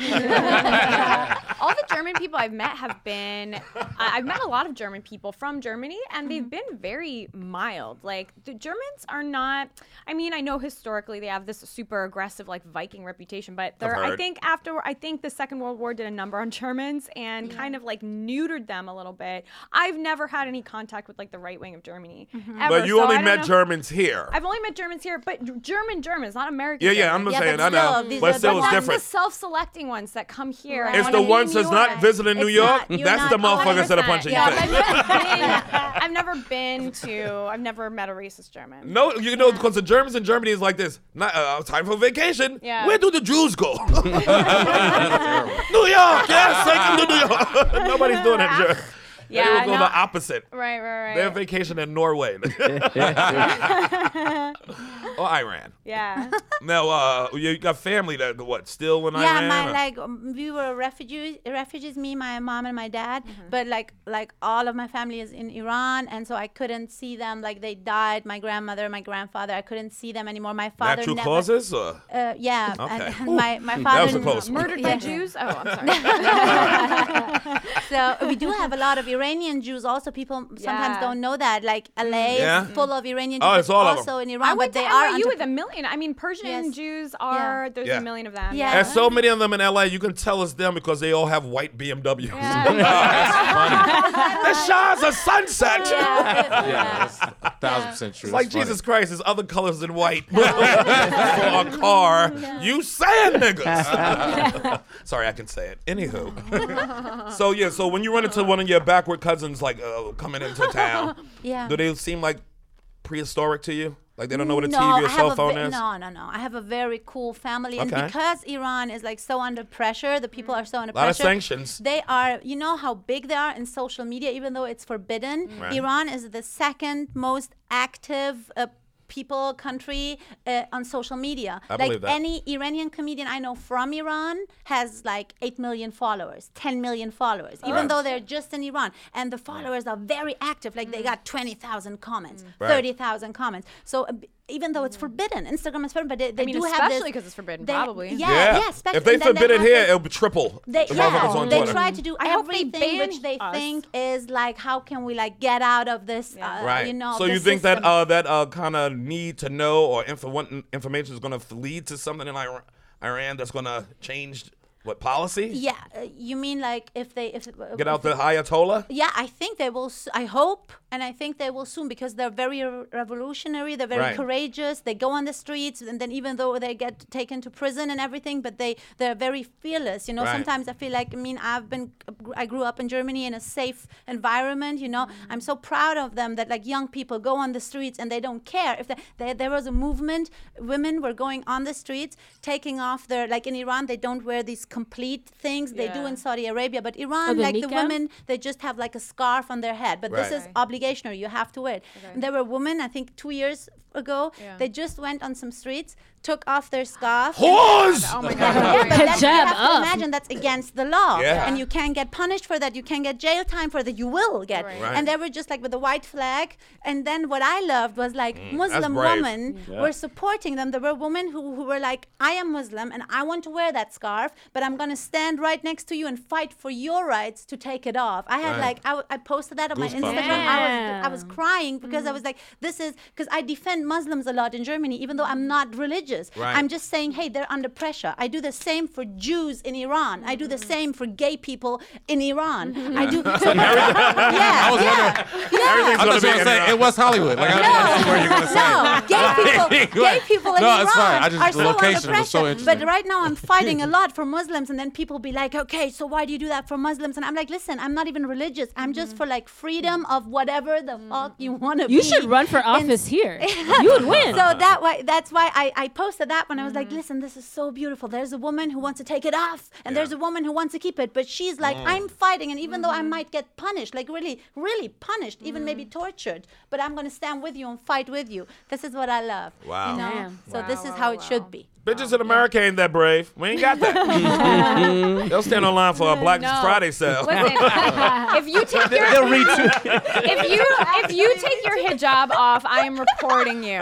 Speaker 10: childhood. all the German people I've met have been, I I've met a lot of German people from Germany, and
Speaker 2: Mm-hmm.
Speaker 10: they've been very mild. Like, the Germans are not, I mean, I know historically they have this super aggressive, like, Viking reputation, but they're, I
Speaker 11: heard.
Speaker 10: think, after, I think the Second World War did a number on Germans and kind of, like, neutered them a little bit. I've never had any contact with, like, the right wing of Germany. ever,
Speaker 2: Mm-hmm. but you
Speaker 10: so I
Speaker 2: only
Speaker 10: don't
Speaker 2: met
Speaker 10: know-
Speaker 2: Germans here.
Speaker 10: I've only met Germans here, but German Germans, not American.
Speaker 2: Yeah, yeah,
Speaker 10: Germans.
Speaker 2: I'm just Yeah, but saying, I know. still, these But are the still it's ones-
Speaker 10: that's
Speaker 2: different.
Speaker 10: the self-selecting ones that come here. and
Speaker 2: It's
Speaker 10: wanna
Speaker 2: the
Speaker 10: be
Speaker 2: ones
Speaker 10: in
Speaker 2: that's
Speaker 10: New York.
Speaker 2: not visiting New
Speaker 10: It's
Speaker 2: York.
Speaker 10: not. You're
Speaker 2: That's
Speaker 10: not-
Speaker 2: the motherfuckers that are
Speaker 10: 100%.
Speaker 2: punching
Speaker 10: yeah,
Speaker 2: you.
Speaker 10: but I've never been. I've never been to. I've never met a racist German.
Speaker 2: No, you know, because the Germans in Germany is like this. Not uh, time for vacation.
Speaker 10: Yeah.
Speaker 2: Where do the Jews go? New York. Yes, take them to New York. Nobody's doing that. in Germany.
Speaker 10: Yeah,
Speaker 2: they will go
Speaker 10: no.
Speaker 2: the opposite.
Speaker 10: Right, right,
Speaker 2: They're
Speaker 10: right.
Speaker 2: vacation in Norway Oh, or Iran.
Speaker 10: yeah.
Speaker 2: Now, uh, you got family that what still in
Speaker 5: yeah,
Speaker 2: Iran?
Speaker 5: my
Speaker 2: or-
Speaker 5: like um, we were refugees, refugees. Me, my mom, and my dad.
Speaker 2: Mm-hmm.
Speaker 5: But like like all of my family is in Iran, and so I couldn't see them. Like they died. My grandmother, my grandfather. I couldn't see them anymore. My father.
Speaker 2: natural
Speaker 5: never,
Speaker 2: causes or
Speaker 5: Uh, yeah, and-
Speaker 2: Okay.
Speaker 5: and my my
Speaker 2: That
Speaker 5: father
Speaker 2: was a close one.
Speaker 10: Murdered by Jews? Oh, I'm sorry.
Speaker 5: so we do have a lot of Iranian Jews. Also, people sometimes
Speaker 10: Yeah.
Speaker 5: don't know that. Like LA
Speaker 2: Mm. Yeah.
Speaker 5: is full of Iranian Jews.
Speaker 2: Oh, it's all of 'em.
Speaker 5: also in
Speaker 10: I
Speaker 5: Iran,
Speaker 10: went
Speaker 5: but
Speaker 10: to
Speaker 5: they
Speaker 10: NYU
Speaker 5: are
Speaker 10: with a million. I mean, Persian Jews are there's
Speaker 2: Yeah.
Speaker 10: a million of them.
Speaker 5: Yeah.
Speaker 2: And so many of them in LA, you can tell it's them because they all have white BMWs. the Shah's a sunset.
Speaker 7: A thousand percent true.
Speaker 2: It's like Jesus Christ, there's other colors than white for a car. You saying niggas. Sorry, I can say it. Anywho. so, yeah, so when you run into one of your backward cousins, like uh, coming into town,
Speaker 5: Yeah.
Speaker 2: do they seem like prehistoric to you? Like they don't know what a
Speaker 5: no,
Speaker 2: TV
Speaker 5: I
Speaker 2: or
Speaker 5: have
Speaker 2: cell
Speaker 5: a
Speaker 2: phone
Speaker 5: ve-
Speaker 2: is?
Speaker 5: No, no, no. I have a very cool family, and
Speaker 2: Okay.
Speaker 5: because Iran is like so under pressure, the people are so under
Speaker 2: Lot of
Speaker 5: pressure.
Speaker 2: sanctions.
Speaker 5: They are, you know how big they are in social media, even though it's forbidden.
Speaker 2: Mm. Right.
Speaker 5: Iran is the second most active. Uh, People, country uh, on social media.
Speaker 11: I
Speaker 5: like
Speaker 11: believe that.
Speaker 5: any Iranian comedian I know from Iran has like 8 million followers, 10 million followers, even
Speaker 11: Right.
Speaker 5: though they're just in Iran. And the followers are very active. Like
Speaker 10: Mm.
Speaker 5: they got 20,000 comments,
Speaker 2: Mm.
Speaker 11: Right.
Speaker 5: 30,000 comments. So uh, b- even though it's forbidden, Instagram is forbidden, but they, they
Speaker 10: Mm. mean,
Speaker 5: do have this.
Speaker 10: especially 'cause it's forbidden,
Speaker 5: they-
Speaker 10: probably.
Speaker 5: Yeah, yeah. espec-
Speaker 2: if they
Speaker 5: and then
Speaker 2: forbid it
Speaker 5: have
Speaker 2: here,
Speaker 5: this-
Speaker 2: it'll be triple.
Speaker 5: They,
Speaker 2: the motherfuckers
Speaker 5: yeah,
Speaker 2: on
Speaker 5: they
Speaker 2: Twitter.
Speaker 5: try to do
Speaker 10: I hope they
Speaker 5: everything which
Speaker 10: ban
Speaker 5: they
Speaker 10: us.
Speaker 5: think is like, how can we like get out of this? Uh,
Speaker 2: right.
Speaker 5: You know.
Speaker 2: so
Speaker 5: the
Speaker 2: you think that
Speaker 5: system?
Speaker 2: uh, that uh, kind of need to know or info- information is going to lead to something in Iran, Iran that's going to change what policy?
Speaker 5: Yeah, uh, you mean like if they if uh,
Speaker 2: Get out
Speaker 5: if-
Speaker 2: the Ayatollah.
Speaker 5: Yeah, I think they will. s- I hope, and I think they will soon because they're very re- revolutionary. They're very
Speaker 2: Right.
Speaker 5: courageous. They go on the streets, and then even though they get taken to prison and everything, but they they're very fearless. You know,
Speaker 11: Right.
Speaker 5: sometimes I feel like I mean I've been I grew up in Germany in a safe environment. You know, I'm so proud of them that like young people go on the streets and they don't care if they, there- there was a movement. Women were going on the streets, taking off their like in Iran they don't wear these complete things they do
Speaker 11: Yeah.
Speaker 5: in Saudi Arabia, but Iran
Speaker 11: Oh, the
Speaker 5: like the
Speaker 11: niqab?
Speaker 5: women they just have like a scarf on their head but this
Speaker 11: Right.
Speaker 5: is obligationary you have to wear it and there were women i think two years ago
Speaker 11: Yeah.
Speaker 5: they just went on some streets took off their scarf
Speaker 11: Whores!
Speaker 5: and-
Speaker 11: Oh my God.
Speaker 5: yeah, but that's, you
Speaker 11: Hijab
Speaker 5: have to
Speaker 11: up.
Speaker 5: imagine that's against the law
Speaker 11: Yeah.
Speaker 5: and you can get punished for that you can get jail time for that you will get
Speaker 11: Right.
Speaker 5: and they were just like with a white flag and then what i loved was like
Speaker 11: Mm, that's
Speaker 5: muslim
Speaker 11: brave.
Speaker 5: women
Speaker 11: Yeah.
Speaker 5: were supporting them there were women who, who were like i am muslim and i want to wear that scarf but i'm going to stand right next to you and fight for your rights to take it off i had
Speaker 11: Right.
Speaker 5: like I, w- I posted that on my
Speaker 11: Goosebumps.
Speaker 5: instagram I, was, I
Speaker 8: Uh-huh.
Speaker 5: was crying because
Speaker 8: Mm.
Speaker 5: i was like this is because i defend muslims a lot in germany even though i'm not religious
Speaker 11: Right.
Speaker 5: i'm just saying hey they're under pressure i do the same for jews in iran i do the
Speaker 8: Mm-hmm.
Speaker 5: same for gay people in iran i do so
Speaker 7: I was wondering.
Speaker 2: Everything's
Speaker 7: I
Speaker 2: gonna
Speaker 7: was
Speaker 2: be
Speaker 7: gonna
Speaker 2: in
Speaker 7: say
Speaker 2: Iran.
Speaker 7: it was Hollywood. Like I don't know where you're gonna say.
Speaker 5: No, gay people, gay people in
Speaker 7: No,
Speaker 5: Iran
Speaker 7: it's fine. I just-
Speaker 5: are
Speaker 7: the
Speaker 5: so
Speaker 7: location
Speaker 5: under
Speaker 7: was so
Speaker 5: pressure. but
Speaker 7: interesting.
Speaker 5: right now, I'm fighting a lot for Muslims, and then people be like, "Okay, so why do you do that for Muslims?" And I'm like, "Listen, I'm not even religious. I'm just for like freedom of whatever the fuck you want to
Speaker 8: Mm-hmm. Mm. You
Speaker 5: be."
Speaker 8: should run for office here. You would win.
Speaker 5: So that way, that's why I, I posted that one. I was like, "Listen, this is so beautiful. There's a woman who wants to take it off, and there's a woman who wants to keep it, but she's like,
Speaker 11: Mm.
Speaker 5: I'm fighting, and even though I might get punished, like really, really punished, even maybe tortured, but I'm gonna stand with you and fight with you. This is what I love.
Speaker 2: Wow.
Speaker 5: You know?
Speaker 2: Damn.
Speaker 5: So this is how it should be.
Speaker 2: Bitches in America ain't that brave. We ain't got that. They'll stand online for a Black
Speaker 10: No.
Speaker 2: Friday sale.
Speaker 10: if you take your
Speaker 2: They'll retweet.
Speaker 10: if you if you take your hijab off, I am reporting you.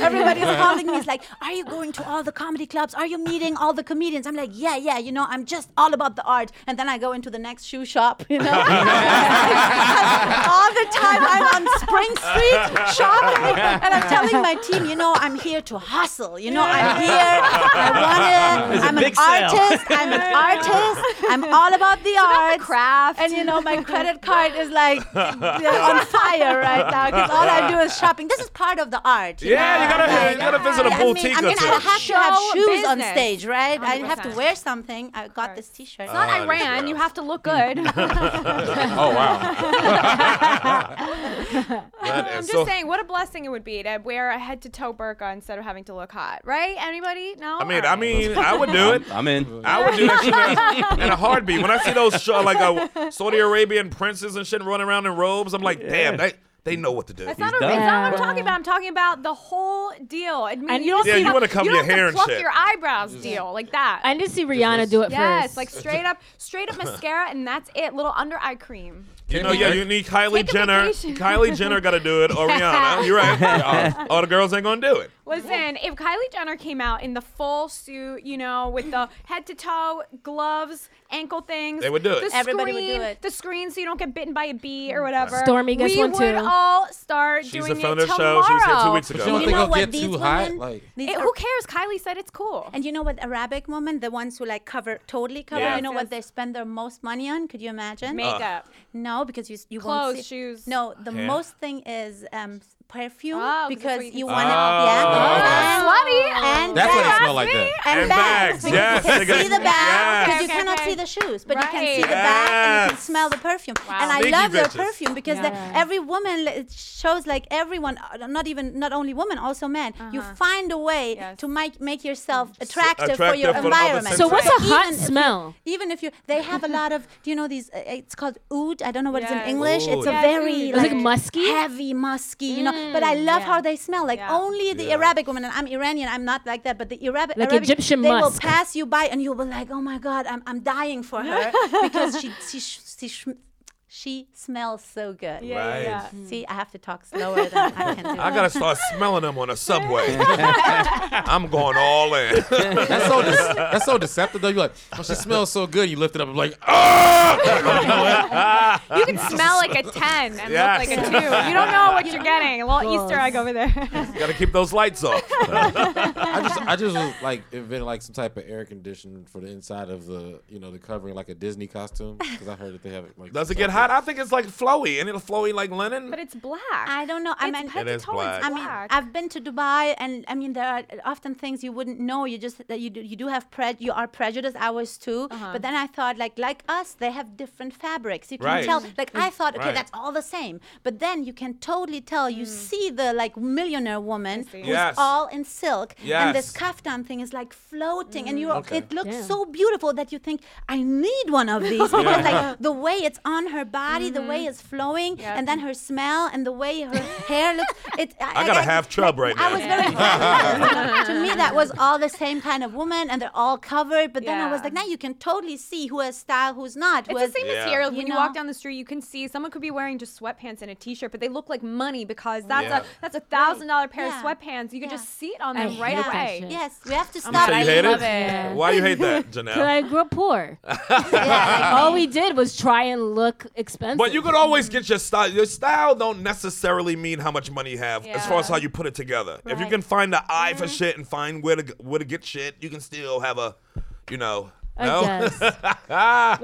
Speaker 5: Everybody's calling me. It's like, are you going to all the comedy clubs? Are you meeting all the comedians? I'm like, yeah, yeah. You know, I'm just all about the art. And then I go into the next shoe shop. You know, all the time I'm on Spring Street shopping, and I'm telling my team, you know, I'm here to hustle. You know, I'm here. I want
Speaker 11: It's
Speaker 5: to.
Speaker 11: a
Speaker 5: I'm an
Speaker 11: big sale.
Speaker 5: artist. I'm an artist. I'm all about the art, craft. And you know, my credit card is like on fire right now because all I do is shopping. This is part of the art. you
Speaker 2: Yeah,
Speaker 5: know?
Speaker 2: you gotta-
Speaker 5: Like,
Speaker 2: you gotta visit a
Speaker 5: I mean-
Speaker 2: boutique
Speaker 5: I
Speaker 2: or
Speaker 5: mean, I
Speaker 2: two.
Speaker 5: have to have
Speaker 10: Show
Speaker 5: shoes on
Speaker 10: business.
Speaker 5: stage, right? I have to
Speaker 10: 100%.
Speaker 5: wear something. I got this T-shirt.
Speaker 10: It's not
Speaker 2: Oh,
Speaker 10: Iran. You have to look good.
Speaker 7: oh
Speaker 10: wow.
Speaker 2: That
Speaker 10: I'm
Speaker 2: is
Speaker 10: just
Speaker 2: so-
Speaker 10: saying, what a blessing it would be to wear a head to toe burqa instead of having to look hot, right? Anybody? No.
Speaker 2: I mean,
Speaker 10: All
Speaker 2: I
Speaker 10: right.
Speaker 2: mean, I would do it.
Speaker 9: I'm in.
Speaker 2: I would do that shit in a- in a heartbeat. When I see those show, like uh, Saudi Arabian princes and shit running around in robes, I'm like, damn, they, they know what to do.
Speaker 10: That's not, a, that's not what I'm talking about. I'm talking about the whole deal. I mean,
Speaker 8: And
Speaker 10: you
Speaker 8: you
Speaker 10: don't
Speaker 2: Yeah,
Speaker 10: see
Speaker 2: you
Speaker 10: how-
Speaker 2: wanna cover
Speaker 10: you don't
Speaker 2: your
Speaker 10: have
Speaker 2: hair
Speaker 10: to
Speaker 2: and
Speaker 10: pluck
Speaker 2: shit.
Speaker 10: your eyebrows deal like that.
Speaker 8: I need to see Rihanna do it
Speaker 10: yes,
Speaker 8: first.
Speaker 10: like straight up, straight up mascara, and that's it. Little under eye cream.
Speaker 2: You know, yeah, you need Kylie
Speaker 10: Take a
Speaker 2: Jenner.
Speaker 10: vacation.
Speaker 2: Kylie Jenner got to do it, or Rihanna. You're right. Yeah, All all the girls ain't gonna do it.
Speaker 10: Listen, if Kylie Jenner came out in the full suit, you know, with the head to toe gloves, ankle things,
Speaker 2: They would do it.
Speaker 10: The
Speaker 5: Everybody would
Speaker 10: screen,
Speaker 5: do it.
Speaker 10: The screen, so you don't get bitten by a bee or whatever.
Speaker 8: Stormy gets
Speaker 10: we
Speaker 8: one,
Speaker 10: would
Speaker 8: too.
Speaker 10: all start
Speaker 2: She's
Speaker 10: doing
Speaker 2: a friend of
Speaker 10: it
Speaker 2: the show. She was here two
Speaker 10: tomorrow.
Speaker 2: weeks ago.
Speaker 7: But you don't
Speaker 5: You
Speaker 7: think
Speaker 5: know
Speaker 7: it'll
Speaker 5: what
Speaker 7: get
Speaker 5: these
Speaker 7: too
Speaker 5: women-
Speaker 7: hot? Like,
Speaker 5: These
Speaker 10: It-
Speaker 5: are-
Speaker 10: who cares? Kylie said it's cool.
Speaker 5: And you know what Arabic women, the ones who like cover totally cover,
Speaker 2: Yeah.
Speaker 5: you know
Speaker 10: Yes,
Speaker 5: what they spend their most money on? Could you imagine?
Speaker 10: Makeup.
Speaker 2: Uh,
Speaker 5: No, because you s- you won't
Speaker 10: Clothes,
Speaker 5: see.
Speaker 10: shoes.
Speaker 5: No, the
Speaker 2: Hair.
Speaker 5: most thing is um, s- perfume
Speaker 10: Oh, 'cause that's
Speaker 5: because
Speaker 10: what you can see.
Speaker 5: you
Speaker 10: Ah,
Speaker 5: want to
Speaker 2: Oh,
Speaker 5: yeah.
Speaker 10: okay. Slutty.
Speaker 5: And, and
Speaker 7: that's what it
Speaker 5: bags.
Speaker 7: smell like. That.
Speaker 5: And,
Speaker 2: And
Speaker 5: bags.
Speaker 2: bags, yes,
Speaker 5: You can
Speaker 2: nigga.
Speaker 5: see the bag
Speaker 2: Yes.
Speaker 5: because
Speaker 10: Okay,
Speaker 5: you
Speaker 10: okay,
Speaker 5: cannot
Speaker 10: okay.
Speaker 5: see the shoes, but you can
Speaker 10: Right.
Speaker 5: see the bag and you can
Speaker 2: Yes.
Speaker 5: smell the perfume. And I
Speaker 2: Sneaky
Speaker 5: love their
Speaker 2: bitches.
Speaker 5: perfume because the-
Speaker 8: Yeah.
Speaker 5: every woman li- it shows like everyone, uh, not even not only women, also men. You find a way
Speaker 10: Uh-huh. Yes.
Speaker 5: to make make yourself attractive, for
Speaker 2: attractive
Speaker 5: your
Speaker 2: for other
Speaker 5: environment.
Speaker 8: so what's a
Speaker 5: Even
Speaker 8: hot
Speaker 5: if you-
Speaker 8: smell?
Speaker 5: even if you, they have a lot of, do you know these? Uh, it's called oud. I don't know what it's
Speaker 10: Yes.
Speaker 5: in English. It's a
Speaker 2: Oud.
Speaker 10: Yes,
Speaker 5: very
Speaker 10: oud.
Speaker 8: It's like
Speaker 5: like,
Speaker 8: musky?
Speaker 5: heavy, musky. You know, but I
Speaker 8: Mm,
Speaker 5: love
Speaker 8: yeah.
Speaker 5: how they smell. Like
Speaker 10: Yeah.
Speaker 5: only the Arabic women, and I'm Iranian. I'm not like that. But the Arabic,
Speaker 8: Like
Speaker 5: Arabic,
Speaker 8: Egyptian
Speaker 5: they will
Speaker 8: musk.
Speaker 5: pass you by, and you'll be like, oh my god, I'm, I'm dying for her because she she she. she she smells so good.
Speaker 2: Right.
Speaker 5: See, I have to talk slower than I can do.
Speaker 2: I gotta start smelling them on a subway. I'm going all in.
Speaker 7: That's so de- that's so deceptive though. You're like, oh, she smells so good. You lift it up, I'm like, oh!
Speaker 10: You can smell like a 10 and
Speaker 2: Yes.
Speaker 10: look like a 2. You don't know what you're getting. A little Easter egg over there.
Speaker 2: gotta keep those lights off.
Speaker 7: I just I just was like invented like some type of air conditioning for the inside of the you know the covering like a Disney costume because I heard that they have it like.
Speaker 2: Does it get hot? I think it's like flowy. Isn't it flowy like linen?
Speaker 10: but it's black.
Speaker 5: I don't know. I
Speaker 10: It's
Speaker 5: mean,
Speaker 10: head
Speaker 2: It
Speaker 10: to
Speaker 2: is
Speaker 10: toe, it's
Speaker 2: black.
Speaker 5: I mean,
Speaker 10: black.
Speaker 5: I've been to Dubai, and I mean, there are uh, often things you wouldn't know. You just that you do, you do have pre you are prejudiced. I was too, but then I thought like like us, they have different fabrics. You can
Speaker 2: Right. Mm.
Speaker 5: tell. Like I thought, okay,
Speaker 2: Right.
Speaker 5: that's all the same. But then you can totally tell. You see the like millionaire woman who's
Speaker 2: Yes.
Speaker 5: all in silk, and this
Speaker 2: Yes.
Speaker 5: kaftan thing is like floating, and you
Speaker 2: Mm, Okay.
Speaker 5: it looks
Speaker 8: Yeah.
Speaker 5: so beautiful that you think I need one of these because like the way it's on her body, the way
Speaker 10: Mm-hmm.
Speaker 5: it's flowing, and then her smell and the way her hair looks. It,
Speaker 2: I gotta have trub right now.
Speaker 5: I was very flattered. to me that was all the same kind of woman and they're all covered. But then I was
Speaker 10: Yeah.
Speaker 5: like, now you can totally see who has style, who's not. Who
Speaker 10: It's
Speaker 5: has,
Speaker 10: the same
Speaker 2: Yeah.
Speaker 10: material.
Speaker 5: You
Speaker 10: When you
Speaker 5: know?
Speaker 10: walk down the street, you can see someone could be wearing just sweatpants and a t-shirt, but they look like money because that's
Speaker 2: Yeah.
Speaker 10: a that's a thousand dollar pair
Speaker 5: Yeah.
Speaker 10: of sweatpants. You can
Speaker 5: Yeah.
Speaker 10: just see it on
Speaker 8: I
Speaker 10: them right
Speaker 8: hate that
Speaker 10: away.
Speaker 8: shit.
Speaker 5: Yes, we have to stop.
Speaker 2: so you
Speaker 8: I
Speaker 2: hate
Speaker 8: love
Speaker 2: it?
Speaker 8: it.
Speaker 2: Why you hate that,
Speaker 8: Cause
Speaker 2: Janelle?
Speaker 8: I grew up poor.
Speaker 5: Yeah,
Speaker 8: All we did was try and look expensive.
Speaker 2: But you could always get your style. Your style don't necessarily mean how much money you have, as far as how you put it together. If you
Speaker 5: Right.
Speaker 2: can find the eye
Speaker 8: Mm-hmm.
Speaker 2: for shit and find where to g- where to get shit, you can still have a, you know,
Speaker 8: I
Speaker 2: no.
Speaker 8: guess.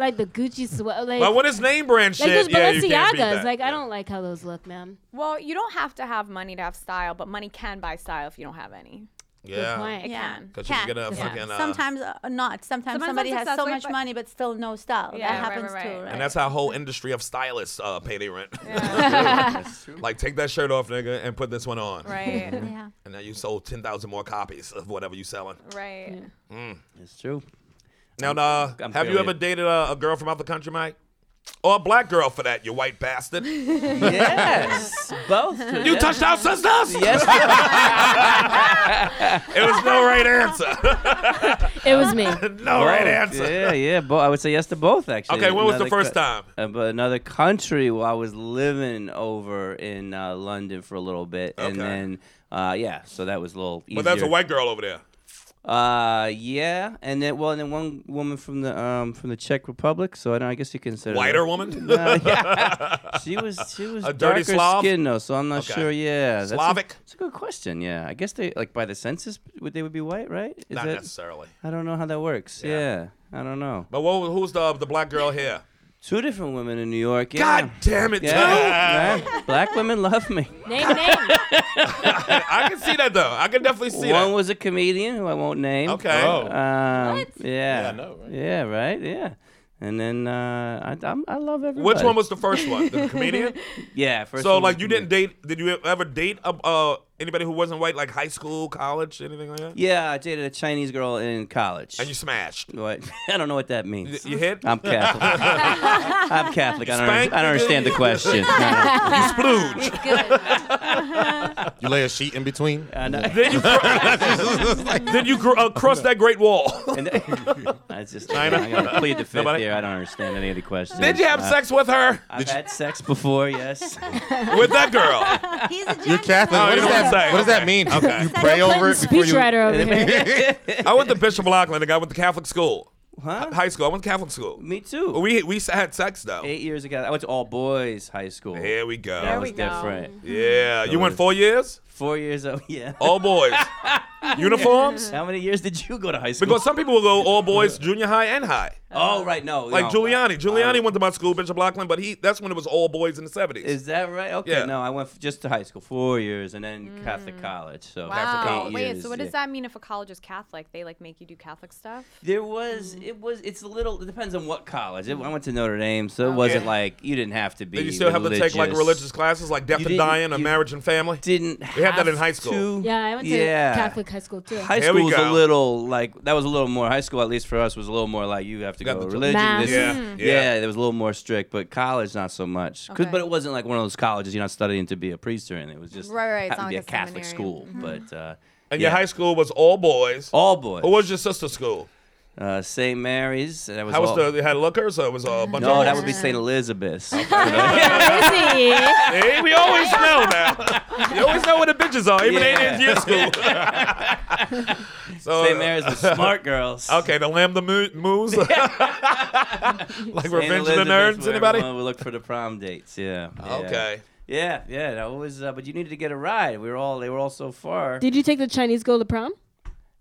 Speaker 8: like the Gucci sweat. Like,
Speaker 2: But when it's name brand shit,
Speaker 8: like those
Speaker 2: yeah, you can't beat
Speaker 8: Balenciagas.
Speaker 2: that.
Speaker 8: Like
Speaker 2: Yeah.
Speaker 8: I don't like how those look, man.
Speaker 10: Well, you don't have to have money to have style, but money can buy style if you don't have any.
Speaker 2: Yeah.
Speaker 8: Point.
Speaker 5: yeah.
Speaker 10: can.
Speaker 2: Because you can
Speaker 5: Can.
Speaker 2: get a fucking. Uh,
Speaker 5: Sometimes uh, not. Sometimes,
Speaker 10: Sometimes
Speaker 5: somebody
Speaker 10: I'm
Speaker 5: has so
Speaker 10: successful,
Speaker 5: much
Speaker 10: but-
Speaker 5: money but still no style.
Speaker 10: Yeah,
Speaker 5: that
Speaker 10: right,
Speaker 5: happens
Speaker 10: right,
Speaker 5: too.
Speaker 10: right.
Speaker 5: Right?
Speaker 2: and that's how whole industry of stylists uh, pay their rent. like take that shirt off, nigga, and put this one on.
Speaker 10: Right.
Speaker 5: yeah.
Speaker 2: And now you sold ten thousand more copies of whatever you selling.
Speaker 10: right.
Speaker 9: It's true.
Speaker 2: Now, uh,
Speaker 9: I'm
Speaker 2: have you
Speaker 9: feeling
Speaker 2: ever
Speaker 9: it.
Speaker 2: dated a, a girl from out the country, Mike? Or a black girl for that, you white bastard.
Speaker 9: Yes, both.
Speaker 2: You touched our sisters?
Speaker 9: Yes.
Speaker 2: it was no right answer.
Speaker 8: It was me.
Speaker 2: no right
Speaker 9: Both.
Speaker 2: answer.
Speaker 9: Yeah, yeah. Bo- I would say yes to both, actually.
Speaker 2: Okay, when was the
Speaker 9: Another
Speaker 2: first time?
Speaker 9: Uh, but another country where I was living over in uh, London for a little bit. And
Speaker 2: Okay.
Speaker 9: then, uh, yeah, so that was a little easier.
Speaker 2: But that's a white girl over there.
Speaker 9: Uh, yeah. And then, well, and then one woman from the um from the Czech Republic. So I, don't, I guess you consider.
Speaker 2: Whiter woman?
Speaker 9: Uh, yeah. She was she was
Speaker 2: A dirty
Speaker 9: darker
Speaker 2: Slav?
Speaker 9: skin though, so I'm not
Speaker 2: Okay.
Speaker 9: sure. Yeah, that's a-
Speaker 2: Slavic?
Speaker 9: That's a good question. Yeah, I guess they like by the census would they would be white, right? Is
Speaker 2: Not
Speaker 9: that-
Speaker 2: necessarily.
Speaker 9: I don't know how that works. Yeah, I don't know.
Speaker 2: But what, who's the the black girl here?
Speaker 9: Two different women in New York. Yeah.
Speaker 2: God damn it,
Speaker 9: yeah,
Speaker 2: dude.
Speaker 9: man. Black women love me.
Speaker 8: Name name.
Speaker 2: I can see that though. I can definitely see
Speaker 9: One
Speaker 2: that.
Speaker 9: was a comedian who I won't name.
Speaker 2: Okay.
Speaker 7: Oh.
Speaker 9: Um,
Speaker 8: What?
Speaker 9: Yeah.
Speaker 7: Yeah, I know, right?
Speaker 9: Yeah, right? Yeah. And then uh, I, I'm, I love everybody.
Speaker 2: Which one was the first one? The comedian?
Speaker 9: Yeah. First
Speaker 2: so
Speaker 9: one was
Speaker 2: like you didn't date did you ever date a, uh anybody who wasn't white like high school, college, anything like that?
Speaker 9: Yeah, I dated a Chinese girl in college.
Speaker 2: And you smashed.
Speaker 9: What? I don't know what that means.
Speaker 2: You hit?
Speaker 9: I'm Catholic. I'm Catholic. I don't,
Speaker 2: Spanked
Speaker 9: I don't
Speaker 2: you?
Speaker 9: understand the question. No,
Speaker 2: you splooge.
Speaker 7: You lay a sheet in between.
Speaker 9: no, I know.
Speaker 2: Then you, cr- then you cr- uh, cross that great wall.
Speaker 9: And I just I am gonna plead the fifth
Speaker 2: Nobody-
Speaker 9: here. I don't understand any of the questions.
Speaker 2: Did you have
Speaker 9: Uh,
Speaker 2: sex with her?
Speaker 9: I've had sex before, yes.
Speaker 2: With that girl?
Speaker 5: He's a gentleman.
Speaker 7: You're Catholic.
Speaker 2: No,
Speaker 7: what,
Speaker 2: you
Speaker 7: does
Speaker 2: don't
Speaker 7: that,
Speaker 2: say.
Speaker 7: what does
Speaker 2: Okay.
Speaker 7: that mean?
Speaker 2: Okay.
Speaker 7: You pray over it before you.
Speaker 8: Speechwriter over here.
Speaker 2: I went to Bishop of Auckland. and I went to Catholic school.
Speaker 9: Huh?
Speaker 2: High school. I went to Catholic school.
Speaker 9: Me too.
Speaker 2: We we s- had sex though.
Speaker 9: Eight years ago, I went to all boys high school.
Speaker 2: Here we go.
Speaker 9: that
Speaker 10: we
Speaker 9: was
Speaker 10: go.
Speaker 9: different.
Speaker 2: yeah, you went four years.
Speaker 9: Four years old, yeah.
Speaker 2: All boys. Uniforms.
Speaker 9: How many years did you go to high school?
Speaker 2: Because some people will go all boys, junior high and high.
Speaker 9: oh, right, no.
Speaker 2: Like
Speaker 9: no.
Speaker 2: Giuliani. Giuliani went to my school, Bishop Auckland, but he that's when it was all boys in the seventies.
Speaker 9: Is that right? Okay,
Speaker 2: Yeah.
Speaker 9: no, I went f- just to high school, four years, and then Catholic college. So
Speaker 10: Mm.
Speaker 9: eight
Speaker 10: Wow. Wait,
Speaker 9: years,
Speaker 10: so what
Speaker 9: yeah.
Speaker 10: does that mean if a college is Catholic? They like make you do Catholic stuff?
Speaker 9: There was,
Speaker 2: Mm.
Speaker 9: it was, it's a little, it depends on what college. It, I went to Notre Dame, so it wasn't like, you didn't have to be.
Speaker 2: Did you still
Speaker 9: religious.
Speaker 2: have to take like religious classes like death
Speaker 9: You
Speaker 2: and
Speaker 9: didn't-
Speaker 2: dying or
Speaker 9: you
Speaker 2: marriage and family?
Speaker 9: Didn't
Speaker 2: We had that in high school.
Speaker 8: Yeah, I went to
Speaker 9: Yeah.
Speaker 8: Catholic high school too.
Speaker 9: High
Speaker 2: Here we
Speaker 9: school was a
Speaker 2: go.
Speaker 9: little like that was a little more high school at least for us was a little more like you have to
Speaker 2: Got
Speaker 9: go
Speaker 2: the-
Speaker 9: religion
Speaker 8: Math.
Speaker 9: this-
Speaker 2: Yeah,
Speaker 9: yeah,
Speaker 2: Mm. yeah.
Speaker 9: it was a little more strict but college not so much 'Cause-
Speaker 10: Okay.
Speaker 9: but it wasn't like one of those colleges you're not studying to be a priest or anything it was just
Speaker 10: Right, right, it's
Speaker 9: happened
Speaker 10: not
Speaker 9: to be a
Speaker 10: like a
Speaker 9: Catholic
Speaker 10: seminary. Hmm.
Speaker 9: school but uh,
Speaker 2: And
Speaker 9: yeah.
Speaker 2: your high school was all boys.
Speaker 9: all boys
Speaker 2: What was your sister's school?
Speaker 9: uh, St Mary's and that was
Speaker 2: How was
Speaker 9: all-
Speaker 2: the? They had lookers, or it was a bunch
Speaker 9: no
Speaker 2: of.
Speaker 9: that would be St Elizabeth's
Speaker 8: Crazy.
Speaker 2: Hey, we always know now. You always know where the bitches are, even
Speaker 9: Yeah.
Speaker 2: in your school. so, uh,
Speaker 9: St Mary's was smart girls
Speaker 2: Okay, the lamb, the moo- moose, like
Speaker 9: St.
Speaker 2: revenge of the
Speaker 9: Elizabeth's
Speaker 2: nerds.
Speaker 9: where
Speaker 2: Anybody?
Speaker 9: everyone would look for the prom dates yeah, yeah.
Speaker 2: Okay.
Speaker 9: yeah yeah that was uh, but you needed to get a ride we were all they were all so far
Speaker 8: Did you take the Chinese girl to prom?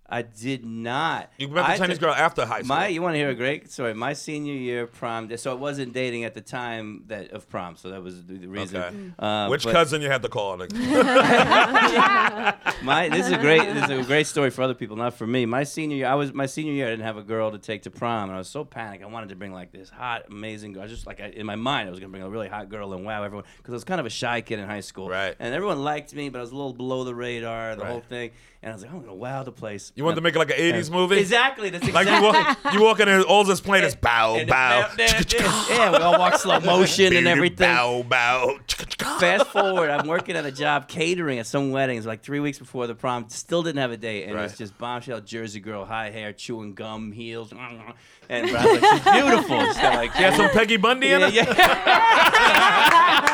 Speaker 9: I did not.
Speaker 2: You met the
Speaker 9: I
Speaker 2: Chinese
Speaker 9: took-
Speaker 2: girl after high school.
Speaker 9: My, you want to hear a great story? My senior year prom. So I wasn't dating at the time that of prom. So that was the the reason.
Speaker 2: Okay.
Speaker 9: Uh,
Speaker 2: Which
Speaker 9: but
Speaker 2: cousin you had to call? Like,
Speaker 9: My, this is a great. This is a great story for other people, not for me. My senior year, I was my senior year. I didn't have a girl to take to prom, and I was so panicked. I wanted to bring like this hot, amazing girl. I just like I, in my mind, I was gonna bring a really hot girl and wow everyone because I was kind of a shy kid in high school.
Speaker 2: Right.
Speaker 9: And everyone liked me, but I was a little below the radar, the
Speaker 2: Right.
Speaker 9: whole thing. And I was like, I'm gonna wow the place.
Speaker 2: you wanted to make it like an '80s movie?
Speaker 9: Exactly. That's
Speaker 2: Like
Speaker 9: exactly.
Speaker 2: you walk, you walk in and all this playing is bow
Speaker 9: And
Speaker 2: bow.
Speaker 9: the- there it is. yeah, we all walk slow motion and everything.
Speaker 2: Bow bow.
Speaker 9: Fast forward, I'm working at a job catering at some weddings like three weeks before the prom. Still didn't have a date, and
Speaker 2: Right.
Speaker 9: it's just bombshell Jersey girl, high hair, chewing gum, heels, and but I was like, she's beautiful. She's got like,
Speaker 2: Yeah, some Peggy Bundy in
Speaker 9: yeah,
Speaker 2: it.
Speaker 9: yeah.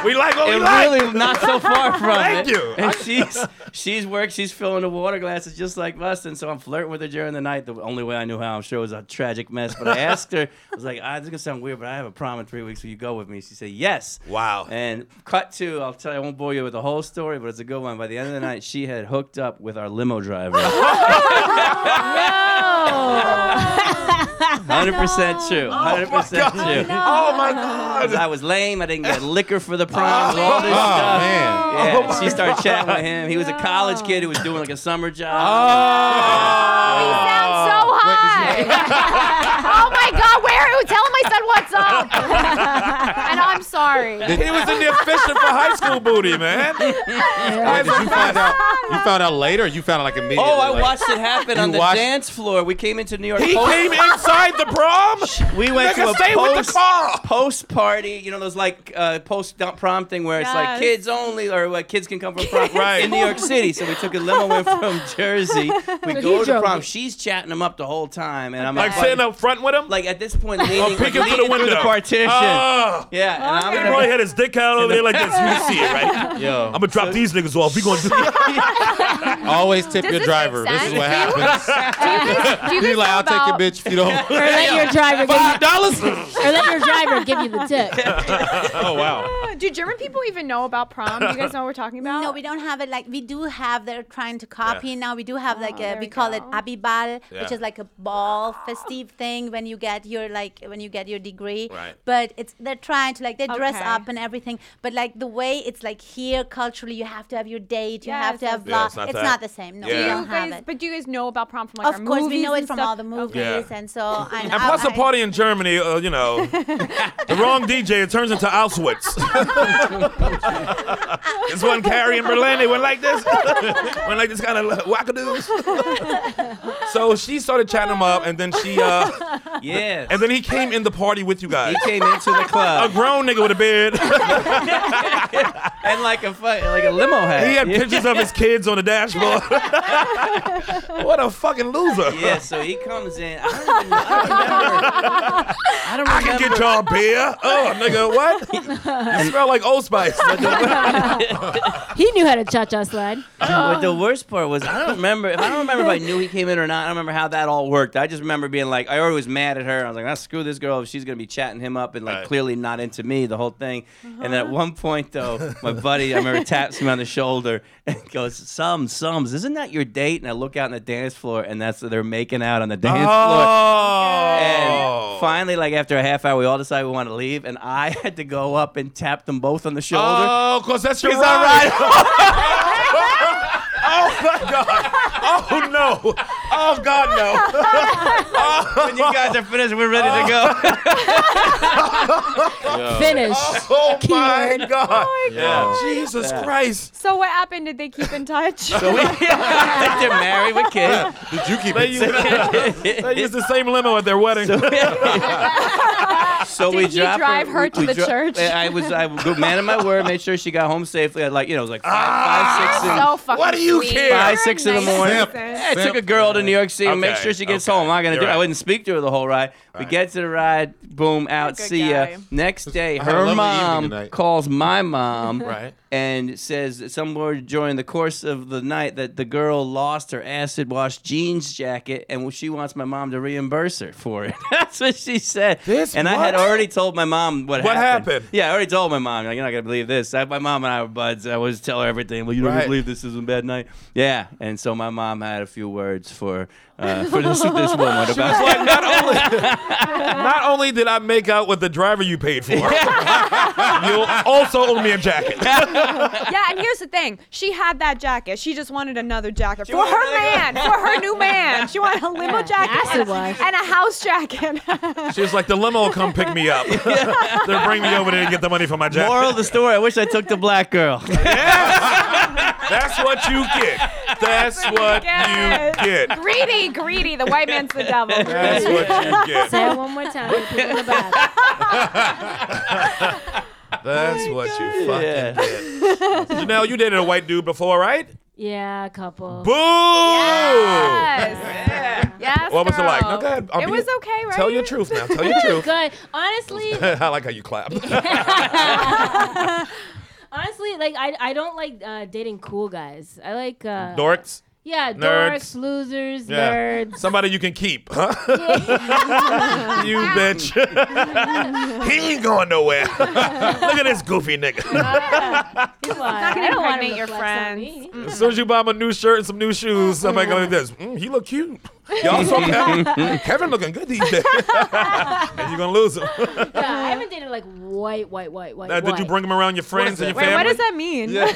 Speaker 2: We like what we Oh,
Speaker 9: It
Speaker 2: like.
Speaker 9: really not so far from
Speaker 2: Thank
Speaker 9: it.
Speaker 2: you.
Speaker 9: And she's she's worked, she's filling the water glasses just like us, and so I'm flirting with her during the night. The only way I knew how, I'm sure, was a tragic mess. But I asked her, I was like, ah, "This is gonna sound weird, but I have a prom in three weeks. Will you go with me?" She said, "Yes."
Speaker 2: Wow.
Speaker 9: And cut to, I'll tell you, I won't bore you with the whole story, but it's a good one. By the end of the night, she had hooked up with our limo driver.
Speaker 5: Oh.
Speaker 9: Hundred percent true. Hundred percent true.
Speaker 2: Oh my God.
Speaker 9: I was lame. I didn't get liquor for the prom. all this
Speaker 7: Oh,
Speaker 9: stuff.
Speaker 7: man. Oh,
Speaker 9: Yeah, she started chatting with him. He was a college kid who was doing like a summer
Speaker 7: Oh.
Speaker 9: job.
Speaker 10: Sounds so high. oh my God, where? Tell my son what's up. and I'm sorry.
Speaker 2: He was in there fishing for high school booty, man.
Speaker 7: Wait, did you find out? You found out later. Or you found out like immediately.
Speaker 9: Oh, I
Speaker 7: like-
Speaker 9: watched it happen on
Speaker 7: You
Speaker 9: the
Speaker 7: watched-
Speaker 9: dance floor. We came into New York.
Speaker 2: He
Speaker 9: Post-
Speaker 2: came inside the prom.
Speaker 9: We went
Speaker 2: Nigga,
Speaker 9: to a
Speaker 2: stay
Speaker 9: post,
Speaker 2: with the car.
Speaker 9: post party, you know, those like uh, post prom thing where it's
Speaker 10: Yes.
Speaker 9: like kids only or like kids can come from prom
Speaker 2: Right.
Speaker 9: in New York City. So we took a limo in from Jersey. We go to
Speaker 8: drove
Speaker 9: prom.
Speaker 8: you.
Speaker 9: She's chatting him up the whole time, and I'm
Speaker 2: Like sitting up front with him.
Speaker 9: like at this point, leaning,
Speaker 2: I'm peeking
Speaker 9: leaning
Speaker 2: through the window.
Speaker 9: partition.
Speaker 2: Ah.
Speaker 9: yeah, and I'm
Speaker 2: He
Speaker 9: gonna
Speaker 2: probably had his dick out over there like this. You see it, right?
Speaker 7: Yo,
Speaker 2: I'm gonna drop these niggas off. We gonna do
Speaker 7: always tip
Speaker 10: Does
Speaker 7: your
Speaker 10: this make
Speaker 7: driver. This is
Speaker 10: sense?
Speaker 7: what happens.
Speaker 10: Do you guys, do you guys
Speaker 7: You're like,
Speaker 10: know
Speaker 7: I'll
Speaker 10: about,
Speaker 7: take your bitch if you don't.
Speaker 8: Or let your driver give
Speaker 7: Five
Speaker 8: you,
Speaker 7: dollars.
Speaker 8: or let your driver give you the tip.
Speaker 7: Oh wow.
Speaker 10: Uh, Do German people even know about prom? Do you guys know what we're talking about?
Speaker 5: No, we don't have it. Like we do have. They're trying to copy now. We do have like a,
Speaker 10: Oh, there
Speaker 5: we
Speaker 10: we
Speaker 5: call it
Speaker 10: go.
Speaker 5: abibal, which
Speaker 2: Yeah.
Speaker 5: is like a ball festive thing when you get your like when you get your degree.
Speaker 2: Right.
Speaker 5: But it's they're trying to like they dress
Speaker 10: Okay.
Speaker 5: up and everything. But like the way it's like here culturally, you have to have your date. You have
Speaker 10: Yes,
Speaker 5: to
Speaker 10: yes,
Speaker 5: have
Speaker 10: yes.
Speaker 5: blah.
Speaker 2: Yeah, it's not that.
Speaker 5: the same. No,
Speaker 2: Yeah.
Speaker 5: we
Speaker 10: Do
Speaker 5: don't
Speaker 10: you
Speaker 5: have
Speaker 10: guys,
Speaker 5: it.
Speaker 10: but do you guys know about prom from like
Speaker 5: of
Speaker 10: our
Speaker 5: course,
Speaker 10: movies
Speaker 5: we know
Speaker 10: and
Speaker 5: it from
Speaker 10: stuff?
Speaker 5: all the movies,
Speaker 2: Yeah.
Speaker 5: and so I
Speaker 2: And plus,
Speaker 5: I,
Speaker 2: a party in Germany, uh, you know, the wrong DJ, it turns into Auschwitz. this one Carrie in Berlin, they went like this. went like this kind of wackadoos. so she started chatting him up, and then she, uh,
Speaker 9: yeah.
Speaker 2: and then he came in the party with you guys.
Speaker 9: he came into the
Speaker 2: A
Speaker 9: club
Speaker 2: grown nigga with a beard.
Speaker 9: and like a fu- like a limo hat.
Speaker 2: he had
Speaker 9: Yeah.
Speaker 2: pictures of his kids on the dashboard. what a fucking loser.
Speaker 9: Yeah, so he comes in. I don't even know. I don't remember. I don't
Speaker 2: I can get y'all beer. Oh, nigga, what? You smell like Old Spice.
Speaker 8: He knew how to cha cha slide.
Speaker 9: But the worst part was I don't remember if I don't remember if I knew he came in or not. I don't remember how that all worked. I just remember being like, I already was mad at her. I was like, ah, screw this girl. She's gonna be chatting him up and like
Speaker 2: Right.
Speaker 9: clearly not into me. The whole thing. And at one point though, my buddy I remember taps me on the shoulder and goes, "Sums, sums, isn't that your date?" And I look out on the dance floor and that's they're making out on the dance floor.
Speaker 2: oh.
Speaker 9: And finally, like after a half hour, we all decided we wanted to leave, and I had to go up and tap them both on the shoulder.
Speaker 2: Oh, cause that's your
Speaker 9: Is that
Speaker 2: ride. oh my god. Oh no. Oh god no.
Speaker 9: when you guys are finished, we're ready to go.
Speaker 8: Finish.
Speaker 2: Oh my god.
Speaker 7: Yeah.
Speaker 2: Jesus Christ.
Speaker 10: So what happened? Did they keep in touch?
Speaker 9: so we, I think they're married with kids.
Speaker 7: Did you keep
Speaker 2: They
Speaker 7: it?
Speaker 2: used, they used the same limo at their wedding.
Speaker 9: so
Speaker 10: Did
Speaker 9: we
Speaker 10: he
Speaker 9: dropped
Speaker 10: drive her to the
Speaker 9: dro-
Speaker 10: church?
Speaker 9: I was I was a good man of my word. Made sure she got home safely. I like you know it was like five, five, six, in,
Speaker 10: Ah, so fucking
Speaker 2: What do you
Speaker 10: sweet.
Speaker 2: care?
Speaker 9: Five, six in the morning.
Speaker 10: Nice.
Speaker 9: Yeah, I took a girl to New York City and make
Speaker 2: Okay,
Speaker 9: sure she gets
Speaker 2: okay.
Speaker 9: home. I'm not gonna
Speaker 2: You're
Speaker 9: do. it. I
Speaker 2: right.
Speaker 9: wouldn't speak to her the whole ride. We get to the ride, boom, out,
Speaker 10: Good
Speaker 9: see
Speaker 10: guy.
Speaker 9: ya. Next day,
Speaker 7: had a
Speaker 9: her
Speaker 7: lovely evening
Speaker 9: mom
Speaker 7: tonight.
Speaker 9: calls my mom
Speaker 7: Right.
Speaker 9: and says somewhere during the course of the night that the girl lost her acid washed jeans jacket and she wants my mom to reimburse her for it. That's what she said.
Speaker 7: This
Speaker 9: and I had
Speaker 7: what?
Speaker 9: already told my mom what,
Speaker 2: What happened?
Speaker 9: Yeah, I already told my mom. Like, you're not gonna believe this. I, my mom and I were buds. I always tell her everything. Well, you don't
Speaker 2: Right.
Speaker 9: believe this is a bad night. Yeah, and so my mom had a few words for uh, for this this woman about.
Speaker 2: Like not only not only did I make out with the driver you paid for, you also owe me a jacket.
Speaker 10: Yeah, and here's the thing. She had that jacket. She just wanted another jacket for
Speaker 9: wanted
Speaker 10: her
Speaker 9: another-
Speaker 10: man, for her new man. She wanted a limo jacket
Speaker 8: acid
Speaker 10: and a-
Speaker 8: wash.
Speaker 10: and a house jacket.
Speaker 2: She was like, the limo will come pick me up. They'll bring me over there and get the money for my jacket.
Speaker 9: Moral of the story: I wish I took the black girl.
Speaker 2: That's what you get. That's what
Speaker 10: Yes.
Speaker 2: you get.
Speaker 10: greedy, greedy. The white man's the devil.
Speaker 2: That's
Speaker 10: Greedy.
Speaker 2: what you get.
Speaker 8: Say it one more time. Put it in the box.
Speaker 2: That's what you fucking
Speaker 9: Yeah.
Speaker 2: get. Janelle, you dated a white dude before, right?
Speaker 8: Yeah, a couple.
Speaker 2: Boo!
Speaker 10: Yes. Oh. Yes.
Speaker 2: What was it like?
Speaker 10: girl.
Speaker 2: No, go ahead. I'll
Speaker 10: it
Speaker 2: be-
Speaker 10: was okay, right?
Speaker 2: Tell your truth now. Tell your truth.
Speaker 8: Good. Honestly,
Speaker 2: I like how you clap.
Speaker 8: honestly, like I, I don't like uh, dating cool guys. I like uh,
Speaker 2: Dorks.
Speaker 8: Yeah,
Speaker 2: Nerds.
Speaker 8: dorks, losers,
Speaker 2: Yeah.
Speaker 8: nerds.
Speaker 2: Somebody you can keep, huh? you bitch. he ain't going nowhere. Look at this goofy nigga.
Speaker 10: Mm-hmm.
Speaker 8: Come on.
Speaker 10: not gonna
Speaker 8: I don't want
Speaker 10: impregnate
Speaker 8: him
Speaker 10: your
Speaker 8: to flex on
Speaker 10: friends. Mm-hmm.
Speaker 8: me.
Speaker 2: As soon as you buy him a new shirt and some new shoes, somebody gonna be this. Mm, he look cute. Y'all saw Kevin. Kevin looking good these days. and you're gonna lose him.
Speaker 8: Yeah, I haven't dated like white, white, white, white.
Speaker 2: Now, did you
Speaker 8: white.
Speaker 2: bring him around your friends and your
Speaker 10: Wait,
Speaker 2: family?
Speaker 10: what does that mean?
Speaker 8: Like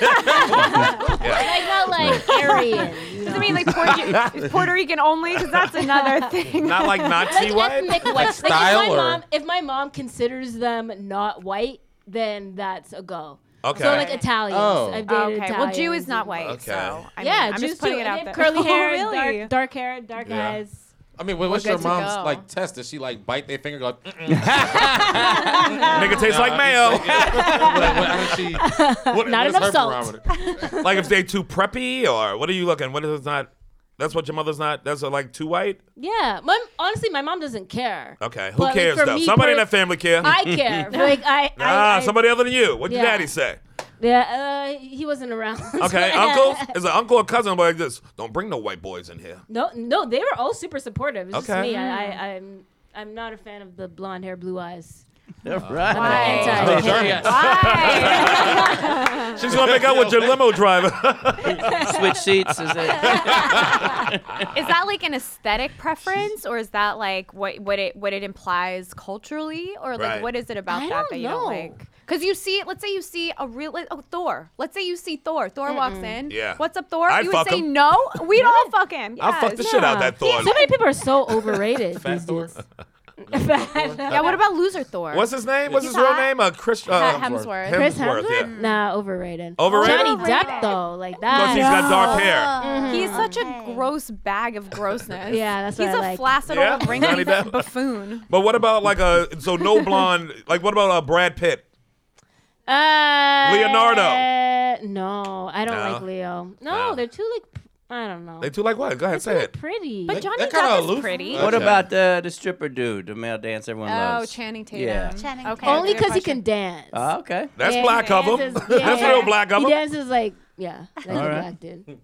Speaker 8: not like Aryan. You
Speaker 10: Does it
Speaker 8: know?
Speaker 10: mean like Puerto, Puerto Rican only? Because that's another thing.
Speaker 2: Not like
Speaker 8: Like
Speaker 2: Nazi white.
Speaker 8: ethnic white. Like, if
Speaker 7: style
Speaker 8: my
Speaker 7: or-
Speaker 8: mom, if my mom considers them not white, then that's a go.
Speaker 2: Okay.
Speaker 8: So like Italians.
Speaker 2: Oh.
Speaker 8: I've dated
Speaker 10: Okay,
Speaker 8: Italians.
Speaker 10: well, Jew is not white,
Speaker 2: Okay. so,
Speaker 10: I
Speaker 8: yeah,
Speaker 10: mean, I'm
Speaker 8: Jews
Speaker 10: just putting
Speaker 8: too.
Speaker 10: it
Speaker 8: They
Speaker 10: out
Speaker 8: have
Speaker 10: there.
Speaker 8: Curly
Speaker 10: Oh,
Speaker 8: hair,
Speaker 10: really?
Speaker 8: dark, dark hair, dark
Speaker 7: Yeah.
Speaker 8: eyes.
Speaker 7: I mean, what- what's
Speaker 8: We're
Speaker 7: your
Speaker 8: good to
Speaker 7: mom's
Speaker 8: go.
Speaker 7: like test? Does she like bite their finger? Like,
Speaker 2: Nigga tastes like mayo. What- what
Speaker 8: Not
Speaker 2: is
Speaker 8: enough
Speaker 2: her
Speaker 8: salt.
Speaker 2: barometer? like if they too preppy or what are you looking? What is it's not? That's what your mother's not. That's uh, like too white.
Speaker 8: Yeah, my, honestly, my mom doesn't care.
Speaker 2: Okay, who
Speaker 8: But, like,
Speaker 2: cares
Speaker 8: for
Speaker 2: though?
Speaker 8: me,
Speaker 2: Somebody in
Speaker 8: per-
Speaker 2: that family care.
Speaker 8: I care. like I, I,
Speaker 2: ah,
Speaker 8: I-
Speaker 2: somebody other than you. What'd your
Speaker 8: Yeah.
Speaker 2: daddy say?
Speaker 8: Yeah, uh, he wasn't around.
Speaker 2: Okay, uncle is an uncle or cousin like this. Don't bring no white boys in here.
Speaker 8: No, no, they were all super supportive. It's
Speaker 2: Okay.
Speaker 8: just me. I, I,
Speaker 10: Mm.
Speaker 8: I'm, I'm not a fan of the blonde hair, blue eyes.
Speaker 9: Right.
Speaker 2: Oh.
Speaker 8: Why?
Speaker 2: She's gonna make out with your limo driver.
Speaker 9: Switch seats is it?
Speaker 10: Is that like an aesthetic preference, or is that like what what it what it implies culturally, or like
Speaker 2: Right.
Speaker 10: what is it about that
Speaker 8: I don't
Speaker 10: that you don't
Speaker 8: know.
Speaker 10: like? Because you see, let's say you see a real like, oh Thor. Let's say you see Thor. Thor walks in.
Speaker 2: Yeah.
Speaker 10: What's up, Thor?
Speaker 2: I'd
Speaker 10: you
Speaker 2: fuck
Speaker 10: would say
Speaker 2: him.
Speaker 10: no. We'd all fuck him.
Speaker 2: I'll fuck the
Speaker 10: Yes.
Speaker 2: shit out that Thor.
Speaker 8: So many people are so overrated.
Speaker 7: Fat Thor?
Speaker 10: Yeah. What about loser Thor?
Speaker 2: What's his name? What's
Speaker 10: He's
Speaker 2: his real
Speaker 10: hot.
Speaker 2: name? Uh, Chris.
Speaker 10: Ha-
Speaker 2: Uh,
Speaker 10: Hemsworth?
Speaker 2: Hemsworth.
Speaker 8: Chris Hemsworth?
Speaker 2: yeah.
Speaker 8: Nah, overrated.
Speaker 2: Overrated?
Speaker 8: Johnny
Speaker 10: Overrated.
Speaker 8: Depp though, like
Speaker 2: Because
Speaker 8: that.
Speaker 2: he's got dark hair.
Speaker 10: He's such a gross bag of grossness.
Speaker 8: Mm, Yeah, that's
Speaker 10: He's
Speaker 8: what I
Speaker 10: a
Speaker 8: like.
Speaker 10: flaccid
Speaker 2: Yeah,
Speaker 10: old
Speaker 2: Johnny
Speaker 10: wrinkly
Speaker 2: Depp.
Speaker 10: buffoon.
Speaker 2: But what about like a so no blonde? Like what about uh, Brad Pitt?
Speaker 8: Uh,
Speaker 2: Leonardo.
Speaker 8: No, I don't
Speaker 2: No.
Speaker 8: like Leo. No,
Speaker 2: No.
Speaker 8: they're too like I don't know.
Speaker 2: They too like what? Go ahead, say
Speaker 8: They're
Speaker 2: it.
Speaker 8: pretty.
Speaker 10: But Johnny
Speaker 7: that kinda
Speaker 10: Depp is
Speaker 7: aloof.
Speaker 10: pretty.
Speaker 7: Uh,
Speaker 9: What
Speaker 7: Okay.
Speaker 9: about the the stripper dude, the male dance everyone
Speaker 10: Oh,
Speaker 9: loves?
Speaker 10: Channing Tatum.
Speaker 9: Yeah.
Speaker 5: Channing
Speaker 10: Okay.
Speaker 5: Tatum.
Speaker 8: Only
Speaker 10: good
Speaker 8: because he
Speaker 10: question.
Speaker 8: can dance.
Speaker 2: Uh,
Speaker 9: Ah, okay.
Speaker 2: That's
Speaker 8: Yeah,
Speaker 2: black
Speaker 8: he
Speaker 2: of him.
Speaker 8: dances-
Speaker 2: That's
Speaker 8: yeah.
Speaker 2: real black of
Speaker 8: He
Speaker 2: him.
Speaker 8: dances like yeah, like a
Speaker 9: right.
Speaker 8: black dude.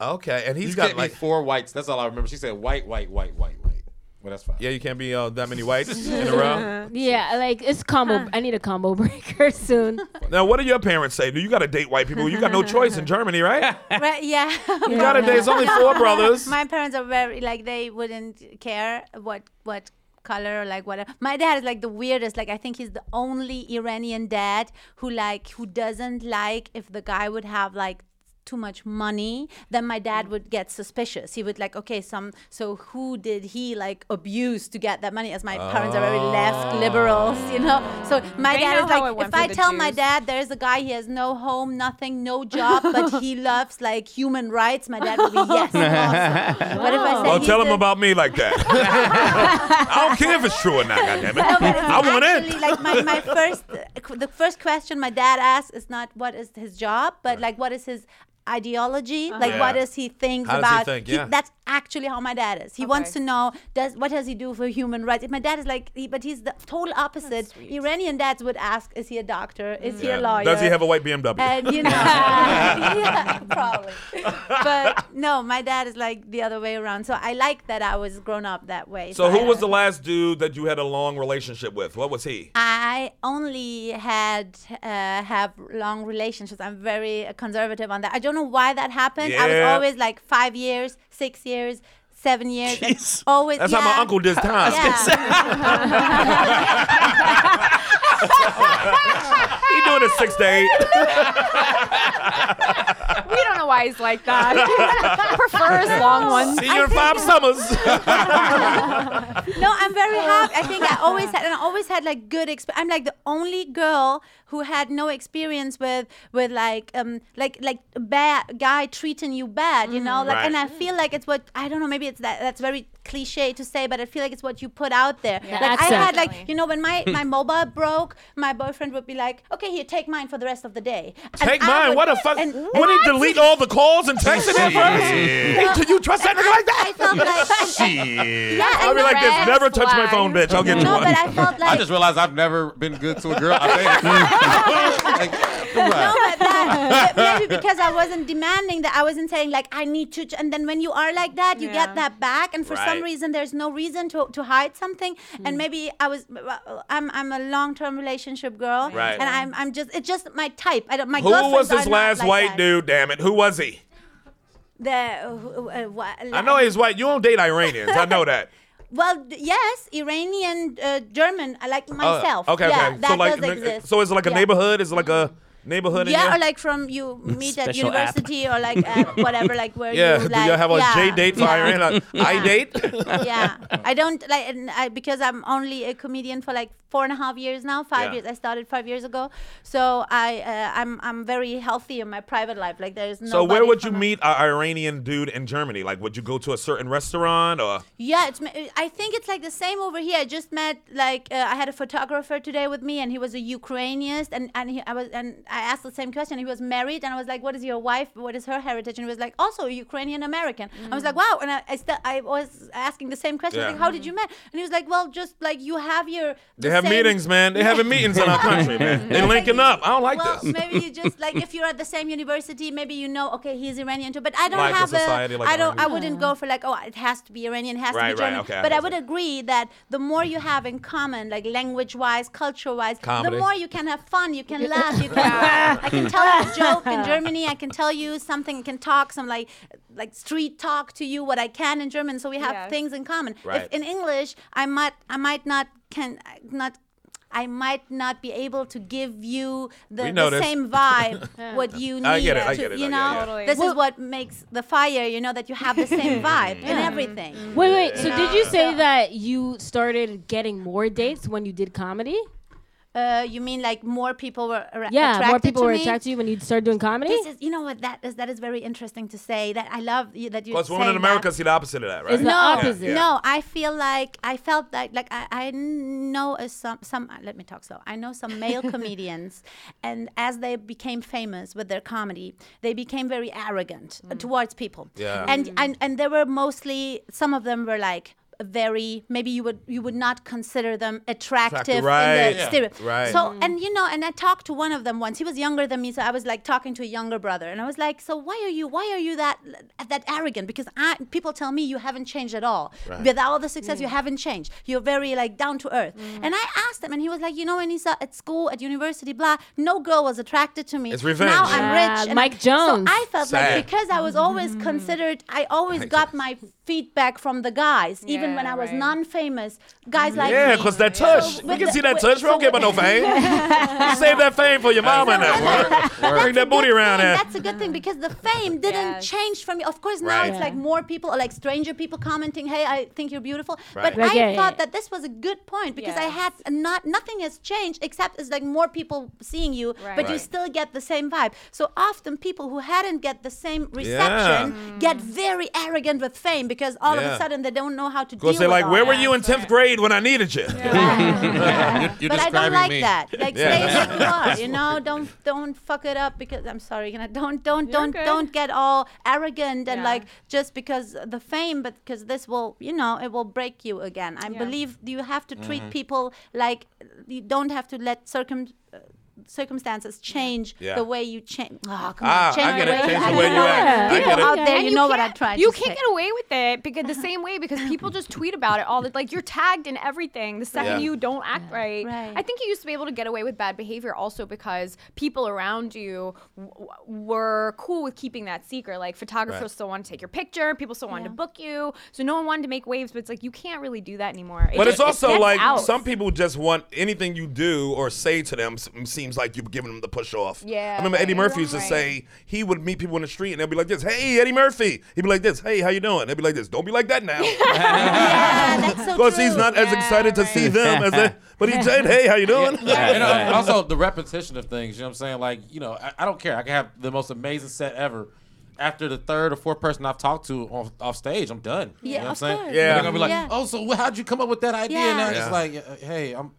Speaker 2: Okay, and
Speaker 7: He's
Speaker 2: he's
Speaker 7: you got
Speaker 2: got like
Speaker 7: four whites. That's all I remember. She said white, white, white, white, white. Well, that's fine.
Speaker 2: yeah, you can't be uh, that many whites in a row.
Speaker 8: Yeah, like it's combo. I need a combo breaker soon.
Speaker 2: Now, what do your parents say? Do you got to date white people? You got no choice in Germany, right?
Speaker 5: Right, yeah.
Speaker 2: You got to date. It's only four brothers.
Speaker 5: My parents are very like they wouldn't care what what color or like whatever. My dad is like the weirdest. Like I think he's the only Iranian dad who like who doesn't like if the guy would have like too much money then my dad would get suspicious he would like okay some so who did he like abuse to get that money as my parents are very left liberals you know so my
Speaker 10: They
Speaker 5: dad
Speaker 10: know
Speaker 5: is
Speaker 10: how it
Speaker 5: like
Speaker 10: went
Speaker 5: if
Speaker 10: for
Speaker 5: i
Speaker 10: the
Speaker 5: tell my
Speaker 10: Jews.
Speaker 5: dad dad, there is a guy, he has no home, nothing, no job, but he loves like human rights. My dad would be, yes, awesome. But if I say,
Speaker 2: Oh,
Speaker 5: he's
Speaker 2: tell him
Speaker 5: a-
Speaker 2: about me like that. I don't care if it's true or not. Goddamn it!
Speaker 5: No, but it's
Speaker 2: I want
Speaker 5: actually,
Speaker 2: in.
Speaker 5: Like my, my first, the first question my dad asks is not what is his job, but like what is his ideology like
Speaker 2: Yeah.
Speaker 5: what does he think
Speaker 2: How does he
Speaker 5: about
Speaker 2: think? Yeah.
Speaker 5: that's actually how my dad is he wants to know does what does he do for human rights my dad is like he, but he's the total opposite iranian dads would ask is he a doctor is he a lawyer
Speaker 2: Does he have a white BMW?
Speaker 5: and you know, yeah, probably. But no, my dad is like the other way around. So I like that I was grown up that way.
Speaker 2: so,
Speaker 5: I-
Speaker 2: who was the last dude that you had a long relationship with? What was he?
Speaker 5: I only had uh, have long relationships. I'm very conservative on that. I don't know why that happened. I was
Speaker 2: Yeah.
Speaker 5: always like five years, six years, seven years, and
Speaker 9: Jeez.
Speaker 5: always.
Speaker 2: That's
Speaker 5: yeah.
Speaker 2: how my uncle did time.
Speaker 5: Yeah.
Speaker 2: He doing it six to eight.
Speaker 10: We don't know why he's like that. Prefers long ones.
Speaker 2: See you in five summers.
Speaker 5: no, I'm very happy. I think I always had, and I always had like good experience. I'm like the only girl who had no experience with with like um like like bad guy treating you bad, you know. Like, and I
Speaker 2: Mm. Right.
Speaker 5: feel like it's what I don't know. Maybe it's that that's very cliche to say, but I feel like it's what you put out there. Like I had like
Speaker 10: Absolutely.
Speaker 5: you know when my my mobile broke, my boyfriend would be like, okay, here, take mine for the rest of the day. And
Speaker 2: Take
Speaker 5: I
Speaker 2: mine.
Speaker 5: would-
Speaker 2: What the fuck?
Speaker 5: and-
Speaker 2: Would he delete all the calls and texts in there first? Hey, do you trust that nigga like
Speaker 5: I
Speaker 2: that?
Speaker 5: felt like yeah,
Speaker 2: I'll be
Speaker 5: and
Speaker 2: like this.
Speaker 10: red
Speaker 2: Never touch my
Speaker 10: flag.
Speaker 2: phone, bitch. I'll get you
Speaker 5: no,
Speaker 2: one.
Speaker 5: but I felt like
Speaker 7: I just realized I've never been good to a girl. I think. like, come
Speaker 5: No,
Speaker 7: on.
Speaker 5: but that, but maybe because I wasn't demanding that, I wasn't saying like I need to. ch- And then when you are like that, you get
Speaker 10: Yeah.
Speaker 5: that back, and for some
Speaker 2: Right.
Speaker 5: reason there's no reason to, to hide something.
Speaker 2: Mm.
Speaker 5: And maybe I was, uh, I'm I'm a long term relationship girl,
Speaker 2: Right.
Speaker 5: and I'm I'm just it's just my type. I don't my
Speaker 2: Who was
Speaker 5: girlfriends
Speaker 2: this
Speaker 5: are not
Speaker 2: last
Speaker 5: like
Speaker 2: white
Speaker 5: that.
Speaker 2: dude? Damn it. Who was he?
Speaker 5: The uh, who- uh, wha-
Speaker 2: I know he's white. You don't date Iranians. I know that.
Speaker 5: Well, d- yes, Iranian, uh, German, I like
Speaker 2: Uh,
Speaker 5: myself.
Speaker 2: okay,
Speaker 5: yeah,
Speaker 2: Uh, okay.
Speaker 5: That
Speaker 2: so like,
Speaker 5: does exist.
Speaker 2: so is it like a
Speaker 5: Yeah.
Speaker 2: neighborhood? Is it like a neighborhood in
Speaker 5: yeah,
Speaker 2: your-
Speaker 5: or like from you meet at
Speaker 2: Special app.
Speaker 5: university or like uh, whatever, like where
Speaker 2: yeah,
Speaker 5: you
Speaker 2: do
Speaker 5: like.
Speaker 2: y'all have a
Speaker 5: yeah,
Speaker 2: J date for
Speaker 5: yeah.
Speaker 2: Iran? An I date?
Speaker 5: yeah, I don't like and I, because I'm only a comedian for like four and a half years now. Five
Speaker 2: Yeah.
Speaker 5: years. I started five years ago, so I uh, I'm I'm very healthy in my private life. Like there is no.
Speaker 2: So where would you meet an Iranian dude in Germany? Like, would you go to a certain restaurant or?
Speaker 5: Yeah, it's. ma- I think it's like the same over here. I just met like uh, I had a photographer today with me, and he was a Ukrainianist, and and he, I was and I asked the same question. He was married, and I was like, "What is your wife? What is her heritage?" And he was like, "Also a Ukrainian American." I was like, "Wow!" And I I, st- I was asking the same question,
Speaker 2: Mm. Yeah. Mm-hmm.
Speaker 5: like, "How did you met?" And he was like, "Well, just like you have your."
Speaker 2: They
Speaker 5: the
Speaker 2: have
Speaker 5: same-
Speaker 2: meetings, man. They having meetings in our country, man. They linking up. I don't like
Speaker 5: well,
Speaker 2: this.
Speaker 5: maybe you just like if you're at the same university, maybe you know, okay, he's Iranian too. But I don't
Speaker 2: Like the
Speaker 5: have
Speaker 2: society,
Speaker 5: a,
Speaker 2: like
Speaker 5: I don't, I
Speaker 2: Iranian.
Speaker 5: wouldn't go for like, oh, it has to be Iranian, it has to
Speaker 2: Right,
Speaker 5: be
Speaker 2: right,
Speaker 5: German.
Speaker 2: okay, I
Speaker 5: but I
Speaker 2: got Mm-hmm.
Speaker 5: would agree that the more you have in common, like language-wise, culture-wise,
Speaker 2: Comedy.
Speaker 5: the more you can have fun, you can laugh, you can. laugh. I can tell you a joke in Germany. I can tell you something, I can talk some like, like street talk to you what I can in German. So we have
Speaker 10: Yes.
Speaker 5: things in common.
Speaker 10: Right.
Speaker 5: If in English, I might, I might not can not. I might not be able to give you
Speaker 2: We
Speaker 5: the,
Speaker 2: know
Speaker 5: the
Speaker 2: this.
Speaker 5: same vibe what you need.
Speaker 2: I get it, I
Speaker 5: to-
Speaker 2: get it,
Speaker 5: You
Speaker 2: I get it,
Speaker 5: know,
Speaker 2: yeah. Totally.
Speaker 5: this is what makes the fire. You know that you have the
Speaker 2: Mm.
Speaker 5: same vibe in everything.
Speaker 8: Wait, wait. So
Speaker 5: know?
Speaker 8: did you say that you started getting more dates when you did comedy?
Speaker 5: Uh, you mean like more people were ar-
Speaker 8: yeah,
Speaker 5: attracted
Speaker 8: more people
Speaker 5: to
Speaker 8: were
Speaker 5: me?
Speaker 8: attracted to you when you started doing comedy.
Speaker 5: This is, you know what that is. That is very interesting to say. That I love you, that you.
Speaker 2: Because women in America see the opposite of that, right?
Speaker 5: no,
Speaker 2: Yeah, yeah.
Speaker 5: No, I feel like I felt like like I, I know a, some some. Let me talk slow. I know some male comedians, and as they became famous with their comedy, they became very arrogant
Speaker 2: Mm.
Speaker 5: uh, towards people.
Speaker 10: Yeah.
Speaker 5: And and and they were mostly some of them were like very maybe you would you would not consider them attractive in
Speaker 2: right,
Speaker 5: the
Speaker 2: yeah,
Speaker 5: stereo-
Speaker 2: right.
Speaker 5: so and you know and i talked to one of them once he was younger than me so i was like talking to a younger brother and i was like so why are you why are you that that arrogant because i people tell me you haven't changed at all
Speaker 10: Right.
Speaker 5: with all the success you haven't changed you're very like down to earth
Speaker 2: Mm.
Speaker 5: and i asked him and he was like you know when he's at school at university blah no girl was attracted to me
Speaker 8: It's revenge.
Speaker 5: now i'm
Speaker 8: Yeah,
Speaker 5: rich and
Speaker 8: Mike
Speaker 5: I-
Speaker 8: Jones. Mm.
Speaker 5: so i felt
Speaker 8: Sad.
Speaker 5: like because i was always considered i always got my feedback from the guys even when i was non-famous guys
Speaker 8: Mm-hmm.
Speaker 5: like
Speaker 2: yeah,
Speaker 5: me.
Speaker 2: because that touch. we
Speaker 5: with
Speaker 2: can
Speaker 5: the-
Speaker 2: see that
Speaker 5: with-
Speaker 2: touch. We don't care about no fame. Save that fame for your mama and that. Bring that booty around
Speaker 5: And
Speaker 2: there.
Speaker 5: that's a good thing because the fame didn't change from me. Of course, now
Speaker 2: Right.
Speaker 5: it's like more people, like stranger people commenting, "Hey, I think you're beautiful." But
Speaker 10: Right.
Speaker 5: I
Speaker 10: Okay.
Speaker 5: thought that this was a good point because I had not nothing has changed except it's like more people seeing you, but you
Speaker 10: Right.
Speaker 5: still get the same vibe. So often people who hadn't get the same reception get very arrogant with fame because all of
Speaker 2: Yeah.
Speaker 5: a sudden they don't know how to deal
Speaker 2: Because they're
Speaker 5: with
Speaker 2: like,
Speaker 5: all
Speaker 2: where were
Speaker 5: that."
Speaker 2: you in 10th grade when I needed you?
Speaker 5: but I don't like that. Like stay as you
Speaker 2: Yeah.
Speaker 5: are, you know. Don't don't fuck it up because I'm sorry. Can I don't don't don't don't get all arrogant and like just because the fame, but because this will you know it will break you again. I believe you have to treat
Speaker 10: Mhm.
Speaker 5: people like you don't have to let circum. uh, Circumstances change
Speaker 10: Yeah.
Speaker 5: the way you change. Oh, come
Speaker 10: Ah,
Speaker 5: on, change
Speaker 10: I get
Speaker 5: the
Speaker 10: it.
Speaker 5: way
Speaker 10: Change
Speaker 5: you
Speaker 10: the way you act. I
Speaker 5: People
Speaker 10: get it.
Speaker 5: out there,
Speaker 10: And
Speaker 5: you,
Speaker 10: you
Speaker 5: know what I
Speaker 10: can't-
Speaker 5: tried
Speaker 10: you
Speaker 5: to
Speaker 10: can't
Speaker 5: say.
Speaker 10: get away with it because the same way because people just tweet about it all the like you're tagged in everything the second
Speaker 5: Yeah.
Speaker 10: you don't act right. I think you used to be able to get away with bad behavior also because people around you w- w- were cool with keeping that secret. Like photographers
Speaker 2: Right.
Speaker 10: still want to take your picture, people still wanted to book you, so no one wanted to make waves. But it's like you can't really do that anymore. It
Speaker 2: But it's
Speaker 10: just-
Speaker 2: also
Speaker 10: it gets
Speaker 2: like
Speaker 10: out.
Speaker 2: some people just want anything you do or say to them s- seems like you're giving them the push off.
Speaker 10: Yeah,
Speaker 2: I remember Eddie
Speaker 10: right.
Speaker 2: Murphy used to say he would meet people in the street and they'd be like this, "Hey, Eddie Murphy." He'd be like this, "Hey, how you doing?" They'd be like this, "Don't be like that now." Because he's not as excited to see them as they, but he said, "Hey, how you doing?"
Speaker 7: Yeah, and uh, also the repetition of things. You know what I'm saying? Like, you know, I, I don't care. I can have the most amazing set ever. After the third or fourth person I've talked to off, off stage, I'm done.
Speaker 2: Yeah,
Speaker 7: you know what I'm
Speaker 2: of
Speaker 7: saying?
Speaker 2: course. Yeah.
Speaker 7: They're gonna be like,
Speaker 2: Yeah.
Speaker 7: "Oh, so wh- how'd you come up with that idea?" And
Speaker 5: Yeah.
Speaker 7: I'm just
Speaker 2: Yeah.
Speaker 7: like, uh, "Hey, I'm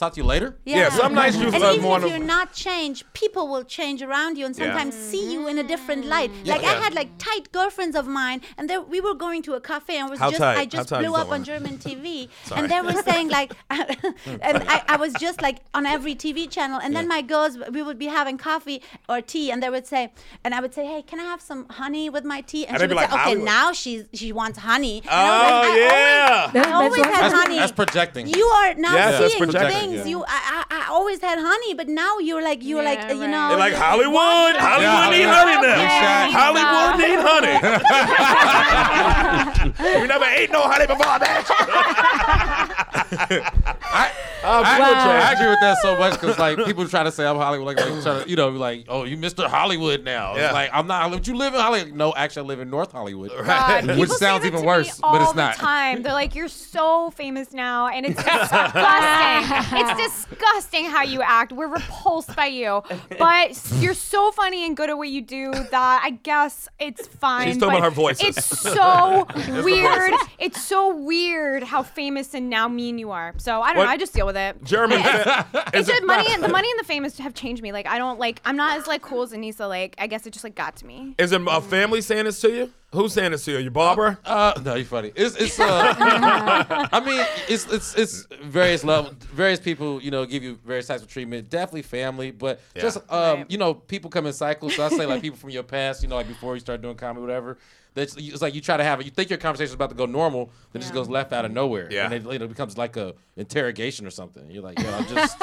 Speaker 7: talk to you later."
Speaker 5: and even if you're not changed, people will change around you and
Speaker 7: Yeah.
Speaker 5: sometimes see you in a different light.
Speaker 7: Yeah.
Speaker 5: Like I
Speaker 7: Yeah.
Speaker 5: had like tight girlfriends of mine, and there, we were going to a cafe, and I was
Speaker 2: How
Speaker 5: just
Speaker 2: tight?
Speaker 5: I
Speaker 2: How
Speaker 5: just
Speaker 2: tight
Speaker 5: blew
Speaker 2: is that
Speaker 5: up on
Speaker 2: one?
Speaker 5: German TV,
Speaker 2: Sorry.
Speaker 5: and they were saying like, and I, I was just like on every TV channel, and then my girls we would be having coffee or tea, and they would say, and I would say, hey, can I have some honey with my tea?
Speaker 7: And
Speaker 5: And, she
Speaker 7: they'd be
Speaker 5: would
Speaker 7: like,
Speaker 5: say,
Speaker 7: I
Speaker 5: okay,
Speaker 7: would-
Speaker 5: now she's she wants honey. And
Speaker 2: Oh,
Speaker 5: I was like, I
Speaker 2: yeah.
Speaker 5: always, I always had
Speaker 7: that's,
Speaker 5: honey.
Speaker 7: That's projecting.
Speaker 5: You are now
Speaker 7: Yes, that's
Speaker 5: seeing
Speaker 7: projecting,
Speaker 5: things.
Speaker 7: yeah.
Speaker 5: You, I, I, I always had honey, but now you're like, you're like, uh, you know,
Speaker 2: They're like
Speaker 5: you-
Speaker 2: Hollywood. Hollywood need honey now. Hollywood need honey. we never ate no honey before, bitch.
Speaker 7: I I,
Speaker 2: I'm
Speaker 7: agree
Speaker 2: with
Speaker 7: with
Speaker 2: you.
Speaker 7: that. I agree with that so much because like people try to say I'm Hollywood, like, like try to, you know, like oh you Mr. Hollywood now. It's
Speaker 2: Yeah.
Speaker 7: like I'm not Hollywood. You live in Hollywood? No, actually I live in North Hollywood,
Speaker 10: God, people
Speaker 7: which
Speaker 10: say
Speaker 7: sounds
Speaker 10: that to
Speaker 7: even
Speaker 10: me
Speaker 7: worse, but
Speaker 10: all
Speaker 7: it's
Speaker 10: the
Speaker 7: not.
Speaker 10: Time they're like, "You're so famous now," and it's disgusting. it's disgusting how you act. We're repulsed by you, but you're so funny and good at what you do that I guess it's fine.
Speaker 2: She's talking about
Speaker 10: but
Speaker 2: her voices.
Speaker 10: It's so
Speaker 2: It's the
Speaker 10: weird.
Speaker 2: voices.
Speaker 10: It's so weird how famous and now mean you are. So I
Speaker 2: What-
Speaker 10: don't know. I just deal with it.
Speaker 2: German.
Speaker 10: It's the money. The money and the famous have changed me. Like I don't like. I'm not as like cool as Anissa. Like I guess it just like got to me.
Speaker 2: Is it a family saying this to you? Who's saying this to you? Your barber?
Speaker 5: Oh,
Speaker 7: Uh, no, you're funny. It's it's. Uh, I mean, it's it's it's various level, various people. You know, give you various types of treatment. Definitely family, but
Speaker 2: Yeah.
Speaker 7: just um, you know, people come in cycles. So I say like people from your past. You know, like before you start doing comedy, whatever. That's it's like you try to have it. You think your conversation's about to go normal, then it just goes left out of nowhere.
Speaker 2: Yeah.
Speaker 7: and it later becomes like a interrogation or something. You're like, yo, I'm just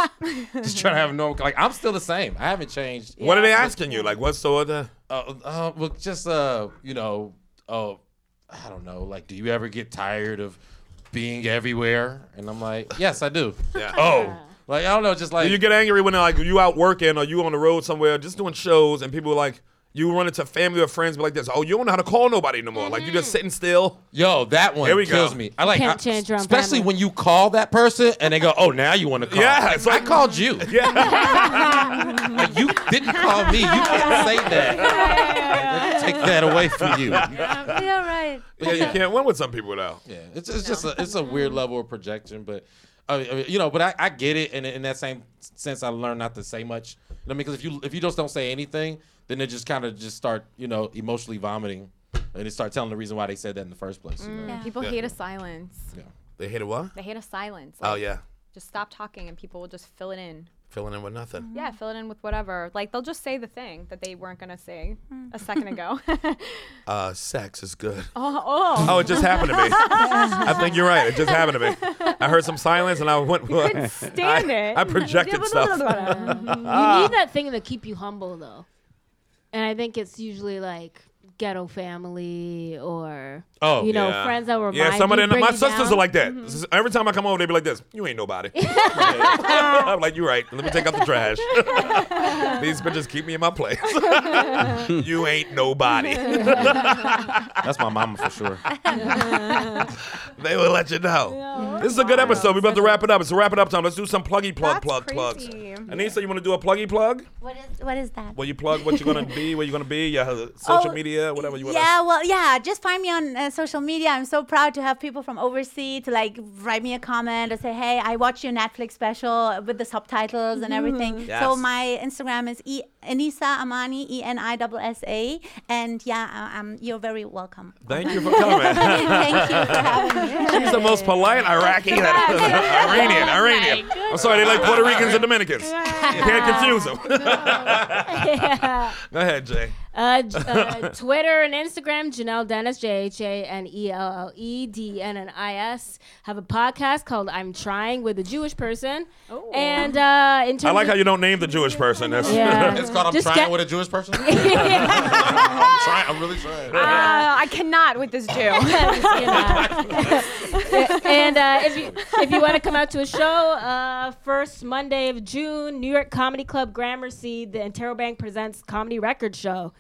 Speaker 7: just trying to have a normal. Like I'm still the same. I haven't changed.
Speaker 2: What are they asking you? Like, what's the other?
Speaker 7: Uh, uh, well, just uh, you know, uh, I don't know. Like, do you ever get tired of being everywhere? And I'm like, yes, I do.
Speaker 2: Yeah.
Speaker 7: Oh, like I don't know, just like
Speaker 2: Do you get angry when like you out working or you on the road somewhere just doing shows and people like you run into family or friends be like this? Oh, you don't know how to call nobody no more. Like you
Speaker 10: Mm-hmm.
Speaker 2: just sitting still.
Speaker 7: yo, that one
Speaker 2: Here we
Speaker 7: kills
Speaker 2: go.
Speaker 7: me. I like,
Speaker 8: can't
Speaker 7: I-
Speaker 8: change your own
Speaker 7: especially
Speaker 8: family.
Speaker 7: when you call that person and they go, oh, now you want to call?
Speaker 2: Yeah,
Speaker 7: Like,
Speaker 2: it's like-
Speaker 7: I called you.
Speaker 2: Yeah.
Speaker 7: Like, you didn't call me. You can't say that. Take that away from you.
Speaker 5: yeah, right.
Speaker 2: yeah, you can't win with some people though.
Speaker 7: Yeah, it's, it's just a, it's a weird level of projection, but I mean, I mean, you know, but I, I get it, and in that same sense, I learned not to say much. You know what I mean, because if you if you just don't say anything, then they just kind of just start you know emotionally vomiting, and they start telling the reason why they said that in the first place. You
Speaker 11: Mm.
Speaker 7: know?
Speaker 10: People hate a silence.
Speaker 2: They hit a what?
Speaker 10: They hate a silence.
Speaker 2: Oh
Speaker 10: Like,
Speaker 2: yeah.
Speaker 10: Just stop talking and people will just fill it in.
Speaker 2: Filling in with nothing.
Speaker 10: Yeah, fill it in with whatever. Like they'll just say the thing that they weren't gonna say a second ago.
Speaker 2: Uh, sex is good.
Speaker 10: oh, oh.
Speaker 2: Oh, it just happened to me. I think you're right. It just happened to me. I heard some silence and I went. I,
Speaker 10: stand it.
Speaker 2: Oh. I projected stuff.
Speaker 8: you
Speaker 2: Ah.
Speaker 8: need that thing to keep you humble though and i think it's usually like ghetto family or
Speaker 7: Oh,
Speaker 8: you know
Speaker 2: Yeah.
Speaker 8: friends that were
Speaker 2: Yeah, some of them.
Speaker 8: them,
Speaker 2: My sisters are like that. S- Every time I come over, they be like this. You ain't nobody. I'm like, you're right. Let me take out the trash. These bitches keep me in my place. you ain't nobody.
Speaker 7: That's my mama for sure.
Speaker 2: they will let you know. This is a good episode. We're about to wrap it up. It's a wrap it up time. Let's do some pluggy plug
Speaker 10: That's
Speaker 2: plug
Speaker 10: crazy.
Speaker 2: plugs. Anissa, you want to do a pluggy plug?
Speaker 5: What is what is that?
Speaker 2: Where you plug what you're gonna be, where you're gonna be, your uh, social
Speaker 5: Oh,
Speaker 2: media, whatever you want.
Speaker 5: yeah, well, yeah. Just find me on uh, social media. I'm so proud to have people from overseas to like write me a comment or say, "Hey, I watched your Netflix special with the subtitles and everything." So
Speaker 2: Mm-hmm. Yes.
Speaker 5: my Instagram is e- Anisa Amani, E N I S S A, and yeah, I- um, you're very welcome.
Speaker 2: Thank you for coming.
Speaker 5: Thank you for having me.
Speaker 2: She's the most polite Iraqi that Iranian. Iranian. I'm sorry, they like Puerto Ricans and Dominicans. You can't confuse them. Go ahead, Jay.
Speaker 8: Uh, J- uh, Twitter and Instagram, Janelle Dennis, J H A N E L L E D N N I S. Have a podcast called I'm Trying with a Jewish Person. And uh, in terms
Speaker 2: Oh. I like
Speaker 8: of,
Speaker 2: how you don't name the Jewish person. That's
Speaker 8: Yeah.
Speaker 7: It's called I'm
Speaker 8: Just
Speaker 7: trying
Speaker 8: get-
Speaker 7: with a Jewish person. I'm trying. I'm really trying.
Speaker 10: Uh, I cannot with this Jew.
Speaker 8: You know. and uh, if you if you want to come out to a show, uh, first Monday of June, New York Comedy Club Gramercy, the Interrobank presents Comedy Record Show.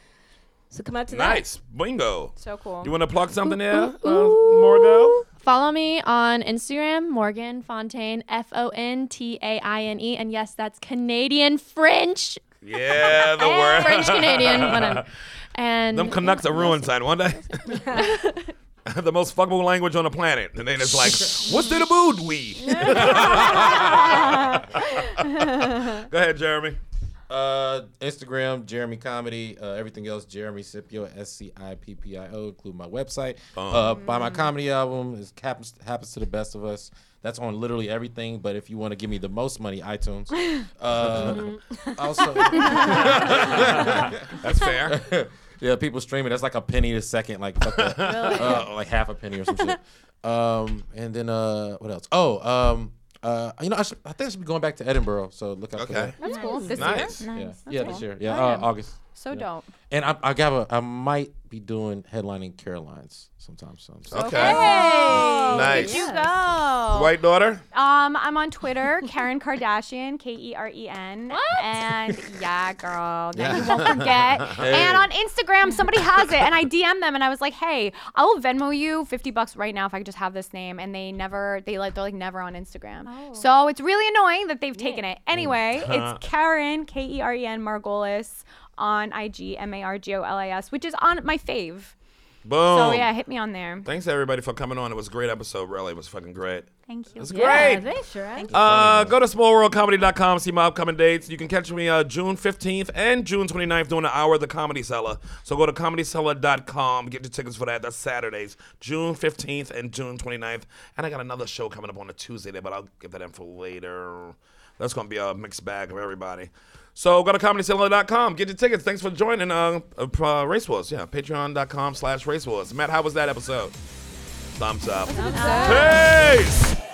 Speaker 8: So come out to that.
Speaker 2: nice. Bingo.
Speaker 10: so cool.
Speaker 2: You want to plug something there, uh, Morgo?
Speaker 11: Follow me on Instagram, Morgan Fontaine, F O N T A I N E. And yes, that's Canadian French.
Speaker 2: Yeah, the word.
Speaker 11: French Canadian, whatever. And
Speaker 2: Them Canucks are ruined, son, one day. the most fuckable language on the planet. And then it's like, what's the mood we? Go ahead, Jeremy.
Speaker 7: Uh, Instagram, Jeremy Comedy. Uh, everything else, Jeremy Scipio, S C I P P I O, include my website. Uh, buy my comedy album. It happens happens to the best of us. That's on literally everything. But if you want to give me the most money, iTunes. Uh, also.
Speaker 2: That's fair.
Speaker 7: yeah, people stream it. That's like a penny a second, like fuck that. uh, like half a penny or some shit. Um, and then uh, what else? Oh, um, uh, you know, I, should, I think I should be going back to Edinburgh, so look out
Speaker 2: Okay.
Speaker 7: for that.
Speaker 10: That's cool. This
Speaker 2: Nice.
Speaker 7: Yeah,
Speaker 5: Nice.
Speaker 7: yeah, this year, yeah, uh, August.
Speaker 10: So
Speaker 7: Yeah.
Speaker 10: dope.
Speaker 7: And I, I got a, I might be doing headlining Carolines sometime soon. So.
Speaker 2: Okay.
Speaker 10: Hey,
Speaker 2: Nice.
Speaker 10: You go.
Speaker 2: White daughter?
Speaker 10: Um, I'm on Twitter, Karen Kardashian, K E R E N. And yeah, girl, then
Speaker 12: Yeah.
Speaker 10: you won't forget.
Speaker 12: Hey.
Speaker 10: And on Instagram, somebody has it, and I DM them, and I was like, hey, I will Venmo you 50 bucks right now if I could just have this name, and they never, they like, they're like never on Instagram.
Speaker 12: Oh.
Speaker 10: So it's really annoying that they've taken it. Anyway, it's Karen K E R E N Margolis on IG M A R G O L I S, which is on my fave.
Speaker 2: Boom.
Speaker 10: So yeah, hit me on there.
Speaker 2: Thanks everybody for coming on. It was a great episode. Really, it was fucking great.
Speaker 10: Thank you.
Speaker 2: That's
Speaker 8: Yeah,
Speaker 2: great.
Speaker 8: thanks, Sherrod.
Speaker 2: Uh, go to smallworldcomedy.com, see my upcoming dates. You can catch me uh, June 15th and June 29th doing an hour at the Comedy Cellar. So go to comedycellar.com, get your tickets for that. That's Saturdays, June 15th and June 29th. And I got another show coming up on a Tuesday there, but I'll give that info later. That's going to be a mixed bag of everybody. So go to comedycellar.com, get your tickets. Thanks for joining uh, uh, uh, Race Wars. Yeah, patreon.com slash race wars. Matt, how was that episode? Thumbs up. Peace!